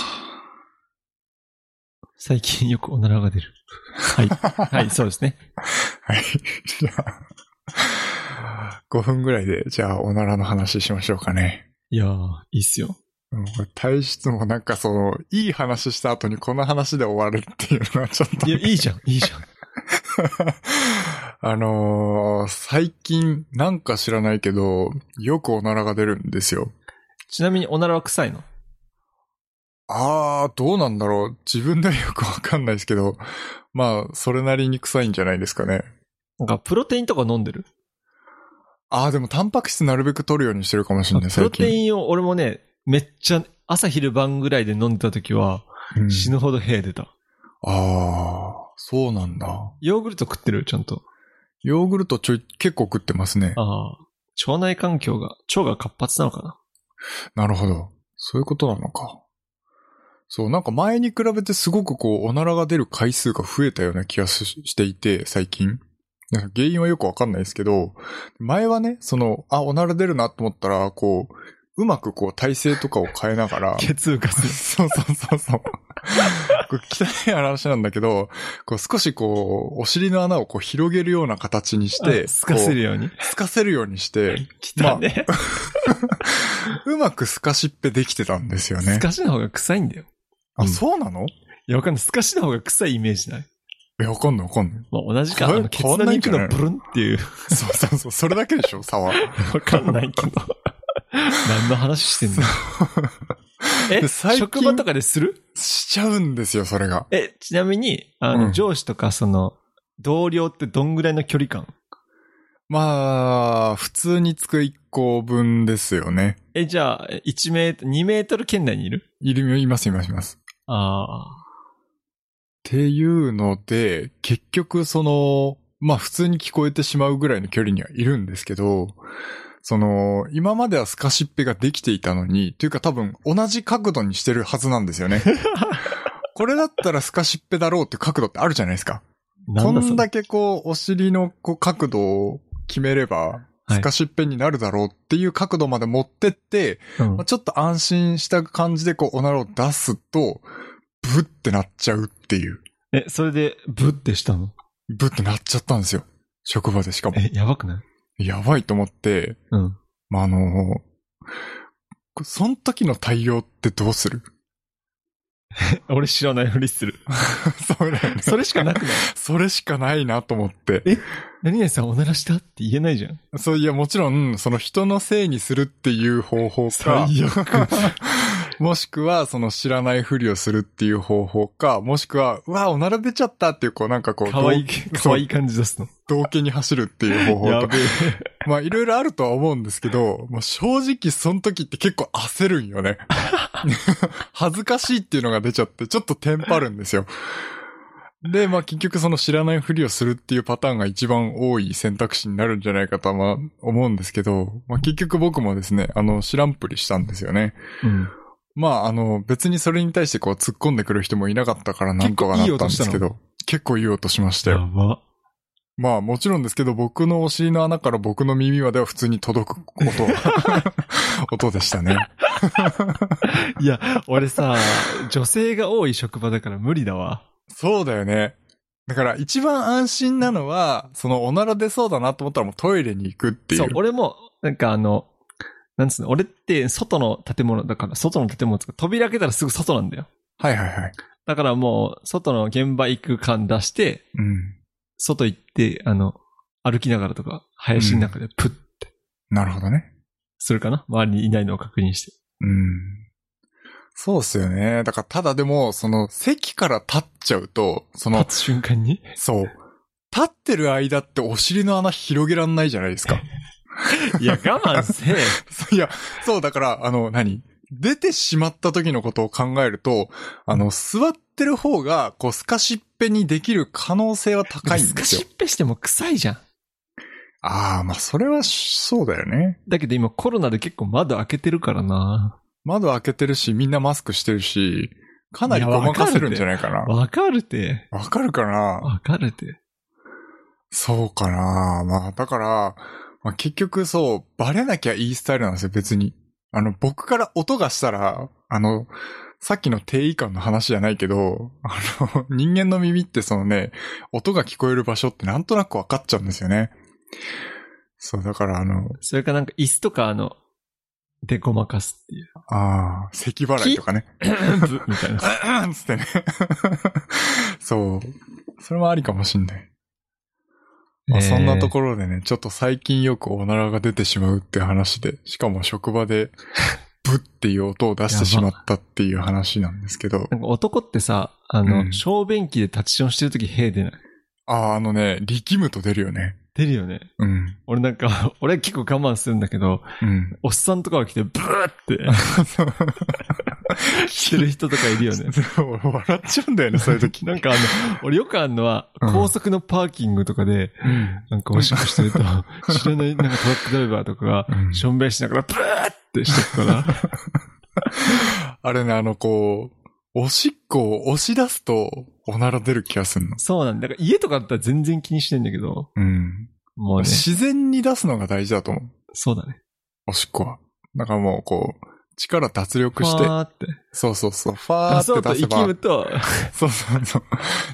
Speaker 1: 最近よくおならが出る。はい。
Speaker 2: は
Speaker 1: はい、そうですね。
Speaker 2: はい。 じゃあ、5分ぐらいで、じゃあ、おならの話しましょうかね。
Speaker 1: いやー、いいっすよ。
Speaker 2: うんこれ体質もなんかその、いい話した後にこの話で終わるっていうのはちょっと
Speaker 1: いや、いいじゃん、いいじゃん。
Speaker 2: あのー最近なんか知らないけど、よくおならが出るんですよ。
Speaker 1: ちなみにおならは臭いの
Speaker 2: あー、どうなんだろう。自分ではよくわかんないですけど、まあ、それなりに臭いんじゃないですかね。
Speaker 1: なんかプロテインとか飲んでる
Speaker 2: あー、でもタンパク質なるべく取るようにしてるかもしれない、
Speaker 1: プロ
Speaker 2: 最
Speaker 1: テ
Speaker 2: 近。
Speaker 1: インを俺もね、めっちゃ朝昼晩ぐらいで飲んでた時は
Speaker 2: うん
Speaker 1: 死ぬほど屁出た。
Speaker 2: あー、そうなんだ。
Speaker 1: ヨーグルト食ってるちゃんと。
Speaker 2: ヨーグルトちょい、結構食ってますね。
Speaker 1: ああ。腸内環境が、腸が活発なのかな
Speaker 2: なるほど。そういうことなのか。そう、なんか前に比べてすごくこう、おならが出る回数が増えたような気がししていて、最近。なんか原因はよくわかんないですけど、前はね、その、あ、おなら出るなと思ったら、こう、うまくこう、体勢とかを変えな がら、
Speaker 1: 血浮かす。
Speaker 2: そうそうそうそう。これ汚い話なんだけど、こう少しこう、お尻の穴をこう広げるような形にして、
Speaker 1: すかせる
Speaker 2: こ
Speaker 1: ように。
Speaker 2: う透かせるようにして、
Speaker 1: 来たね。
Speaker 2: うまく透かしっぺできてたんですよ
Speaker 1: す
Speaker 2: ね。
Speaker 1: かしの方が臭いんだよ。う
Speaker 2: あ、
Speaker 1: ん
Speaker 2: そうなの
Speaker 1: いや、わかんない。すかしの方が臭いイメージない。
Speaker 2: え、わかんないわかんない。
Speaker 1: まあ、同じか。
Speaker 2: 変わ
Speaker 1: あの、ケツ
Speaker 2: 変わん
Speaker 1: の
Speaker 2: ないんじ
Speaker 1: 肉
Speaker 2: ゃない
Speaker 1: のブルンっていう。
Speaker 2: そうそうそう、それだけでしょ、差は。
Speaker 1: わかんないけど。何の話してんのえ、
Speaker 2: で最近
Speaker 1: 職場とかでする
Speaker 2: しちゃうんですよ、それが。
Speaker 1: え、ちなみに、あの、
Speaker 2: うん
Speaker 1: 上司とか、その、同僚ってどんぐらいの距離感
Speaker 2: まあ、普通に机1個分ですよね。
Speaker 1: え、じゃあ、1メートル、2メートル圏内にいる
Speaker 2: いる、います、います、います。
Speaker 1: あ
Speaker 2: っていうので、結局その、まあ普通に聞こえてしまうぐらいの距離にはいるんですけど、その、今まではスカシッペができていたのに、というか多分同じ角度にしてるはずなんですよね。これだったらスカシッペだろうっていう角度ってあるじゃないですか。
Speaker 1: あ。な
Speaker 2: こ
Speaker 1: んだ
Speaker 2: ん
Speaker 1: そ
Speaker 2: だ
Speaker 1: れ。
Speaker 2: けこう、お尻のこう角度を決めれば、
Speaker 1: い
Speaker 2: スカシッペになるだろうっていう角度まで持ってって、
Speaker 1: うん
Speaker 2: まあちょっと安心した感じでこう、おならを出すと、ブってなっちゃうっていう。
Speaker 1: え、それで、ブってしたの
Speaker 2: ブってなっちゃったんですよ。職場でしかも。
Speaker 1: え、やばくない
Speaker 2: やばいと思って、
Speaker 1: うん。
Speaker 2: まあ、あの、その時の対応ってどうする
Speaker 1: 俺知らないふりする。
Speaker 2: そうだよね。
Speaker 1: それしかなくない
Speaker 2: それしかないなと思って。
Speaker 1: 何々さんおならしたって言えないじゃん。
Speaker 2: そういや、もちろん、その人のせいにするっていう方法か、
Speaker 1: 最悪
Speaker 2: もしくは、その知らないふりをするっていう方法か、もしくは、うわ、おなら出ちゃったっていう、こう、なんかこう、
Speaker 1: かわいい、
Speaker 2: 同
Speaker 1: かわいい感じ出すの。
Speaker 2: 同系に走るっていう方法
Speaker 1: や
Speaker 2: と
Speaker 1: べえ。
Speaker 2: まあいろいろあるとは思うんですけど、まあ正直その時って結構焦るん よね。恥ずかしいっていうのが出ちゃって、ちょっとテンパるんですよ。で、まあ結局その知らないふりをするっていうパターンが一番多い選択肢になるんじゃないかとはまあ思うんですけど、まあ結局僕もですね、あの知らんぷりしたんですよね。
Speaker 1: うん。
Speaker 2: まああの別にそれに対してこう突っ込んでくる人もいなかったからなんとかなったんですけど、結構いい音しましたよ
Speaker 1: や。ば。
Speaker 2: まあもちろんですけど、僕のお尻の穴から僕の耳までは普通に届く 音は、音でしたね。
Speaker 1: いや、俺さ、女性が多い職場だから無理だわ。
Speaker 2: そうだよね。だから一番安心なのは、そのおなら出そうだなと思ったらもうトイレに行くっていう。
Speaker 1: そう、俺も、なんかあの、なんつうの、俺って外の建物だから、外の建物とか、扉開けたらすぐ外なんだよ。
Speaker 2: はいはいはい。
Speaker 1: だからもう、外の現場行く感出して、
Speaker 2: うん。
Speaker 1: 外行って、あの、歩きながらとか、林の中でプッ
Speaker 2: なるほどね。
Speaker 1: するかな、周りにいないのを確認して。
Speaker 2: うん。そうっすよね。だからただでも、その席から立っちゃうと、その、
Speaker 1: 立つ瞬間に
Speaker 2: そう。立ってる間ってお尻の穴広げらんないじゃないですか。
Speaker 1: いや、我慢せえ。
Speaker 2: そういや、そう、だから、あの、何出てしまった時のことを考えると、あの、座ってる方が、こう、スカシッペにできる可能性は高いん
Speaker 1: ス
Speaker 2: で
Speaker 1: カ
Speaker 2: すよ
Speaker 1: シ。ッペしても臭いじゃん。
Speaker 2: ああ、まあ、それはそうだよね。
Speaker 1: だけど今コロナで結構窓開けてるからな。
Speaker 2: 窓開けてるし、みんなマスクしてるし、かなりごまかせるんじゃないかな。
Speaker 1: わかるて。
Speaker 2: わかるかな
Speaker 1: わかるて。
Speaker 2: そうかなまあ、だから、まあ、結局そう、バレなきゃいいスタイルなんですよ、別に。あの、僕から音がしたら、あの、さっきの定位感の話じゃないけど、あの、 人間の耳ってそのね、音が聞こえる場所ってなんとなくわかっちゃうんですよね。そう、だからあの、
Speaker 1: それかなんか椅子とかあの、でごまかすって いう。
Speaker 2: ああ、咳払いとかね。
Speaker 1: ブみたいな。
Speaker 2: うんつってね。 そう。それもありかもしんない。まあ、
Speaker 1: えー
Speaker 2: そんなところでね、ちょっと最近よくおならが出てしまうって話で、しかも職 場で、ブッっていう音を出してしまったっていう話なんですけど、
Speaker 1: なんか男ってさ、あの、
Speaker 2: うん
Speaker 1: 小便器で立ちションしてるとき屁出ない。
Speaker 2: ああ、あのね、力むと出るよね。
Speaker 1: 出るよね。
Speaker 2: うん。
Speaker 1: 俺なんか、 俺結構我慢するんだけど、
Speaker 2: うん。
Speaker 1: おっさんとかが来てブーって してる人とかいるよね。
Speaker 2: 俺笑っちゃうんだよね、そうい う時。
Speaker 1: なんかあの、俺よくあんのは、
Speaker 2: うん
Speaker 1: 高速のパーキングとかで、
Speaker 2: うん、
Speaker 1: なんかおしっこして ると、知らない、なんかトラックドライバーとかが、
Speaker 2: うん
Speaker 1: しょんべんしながら、ブーってしてくから、
Speaker 2: あれね、あの、こう、おしっこを押し出すと、おなら出る気がするの。
Speaker 1: そうなんだ。だから家とかだったら全然気にしてんだけど、
Speaker 2: うん。
Speaker 1: もうね、
Speaker 2: 自然に出すのが大事だと思う。
Speaker 1: そうだね。
Speaker 2: おしっこは。だからもうこう、力脱力して、
Speaker 1: パーって。
Speaker 2: そうそうそう、ファ
Speaker 1: 出
Speaker 2: ー
Speaker 1: そう
Speaker 2: って
Speaker 1: と
Speaker 2: 出せ
Speaker 1: 生き
Speaker 2: ば
Speaker 1: む、と、
Speaker 2: そうそうそう。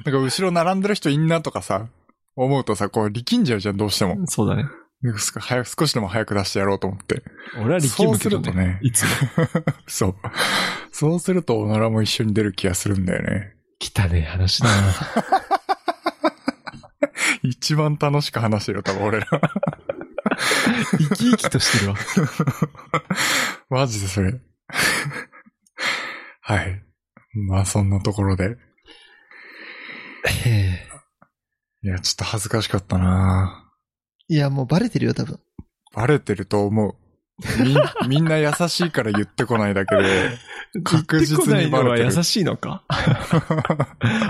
Speaker 2: なんか後ろ並んでる人いんなとかさ、思うとさ、こう力んじゃうじゃん、どうしても。
Speaker 1: そうだね。
Speaker 2: で少早く少しでも早く出してやろうと思って。
Speaker 1: 俺は力むけど
Speaker 2: そうすると
Speaker 1: ね。
Speaker 2: ね、
Speaker 1: いつも。
Speaker 2: そう。そうするとおならも一緒に出る気がするんだよね。
Speaker 1: 汚ねえ話だ な。
Speaker 2: 一番楽しく話してるよ、多分俺ら。
Speaker 1: 生き生きとしてるわ。
Speaker 2: マジでそれ。 はい。まあそんなところで。
Speaker 1: へえ
Speaker 2: いや、ちょっと恥ずかしかったない
Speaker 3: や、もうバレてるよ、多分。
Speaker 2: バレてると思う。 み、みんな優しいから言ってこないだけで、確実に
Speaker 1: 言
Speaker 2: バレて
Speaker 1: ってこない
Speaker 2: る
Speaker 1: のは優しいの か。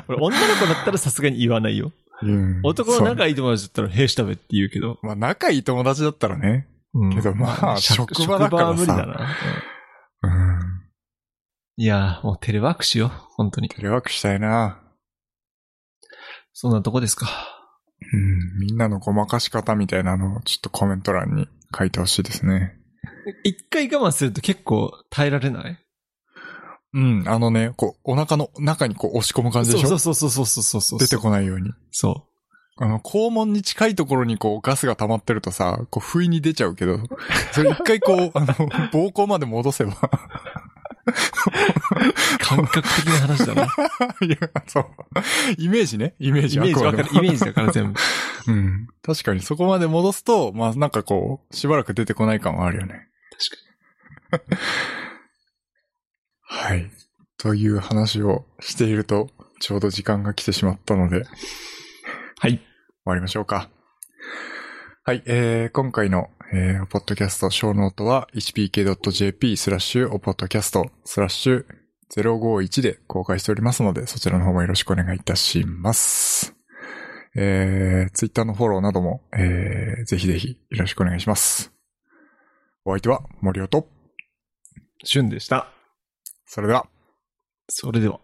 Speaker 1: 俺、女の子だったらさすがに言わないよ。
Speaker 2: うん
Speaker 1: 男の
Speaker 2: そう
Speaker 1: 仲いい友達だったら、兵士食べって言うけど。
Speaker 2: まあ仲いい友達だったらね。
Speaker 1: うん
Speaker 2: けどまあ職場だか
Speaker 1: 職場は
Speaker 2: らさ
Speaker 1: 無理だな。うん
Speaker 2: うん。
Speaker 1: いやー、もうテレワークしよう。本当に。
Speaker 2: テレワークしたいな
Speaker 1: そんなとこですか。
Speaker 2: うん。みんなのごまかし方みたいなのをちょっとコメント欄に書いてほしいですね。
Speaker 1: 一回我慢すると結構耐えられない
Speaker 2: うん。あのね、こう、お腹の中にこう押し込む感じでしょ
Speaker 1: そうそうそうそうそうそうそう。
Speaker 2: 出てこないように。
Speaker 1: そ
Speaker 2: あの、肛門に近いところにこうガスが溜まってるとさ、こう不意に出ちゃうけど、それ一回こう、あの、膀胱まで戻せば、
Speaker 1: う。感覚的な話だな。
Speaker 2: いや、そう。イメージね。 イメー
Speaker 1: イ
Speaker 2: ジ。
Speaker 1: メージ
Speaker 2: あ
Speaker 1: わ
Speaker 2: く
Speaker 1: か
Speaker 2: ま
Speaker 1: るイ
Speaker 2: で。も
Speaker 1: メージだから全部。
Speaker 2: うん。確かに、そこまで戻すと、まあ、なんかこう、しばらく出てこない感はあるよね。
Speaker 1: 確
Speaker 2: か に。はい。という話をしていると、ちょうど時間が来てしまったので、終
Speaker 1: はい。
Speaker 2: わりましょうか。はい、えー、今回の、えー、ポッドキャスト、小ノートは、hpk.jp スラッシュ、おポッドキャスト、スラッシュ、051で公開しておりますので、そちらの方もよろしくお願いいたします。えー、ツイッターのフォローなども、えー、ぜひぜひよろしくお願いします。お相手は森尾と、
Speaker 1: 旬でした。
Speaker 2: それでは。
Speaker 1: それでは。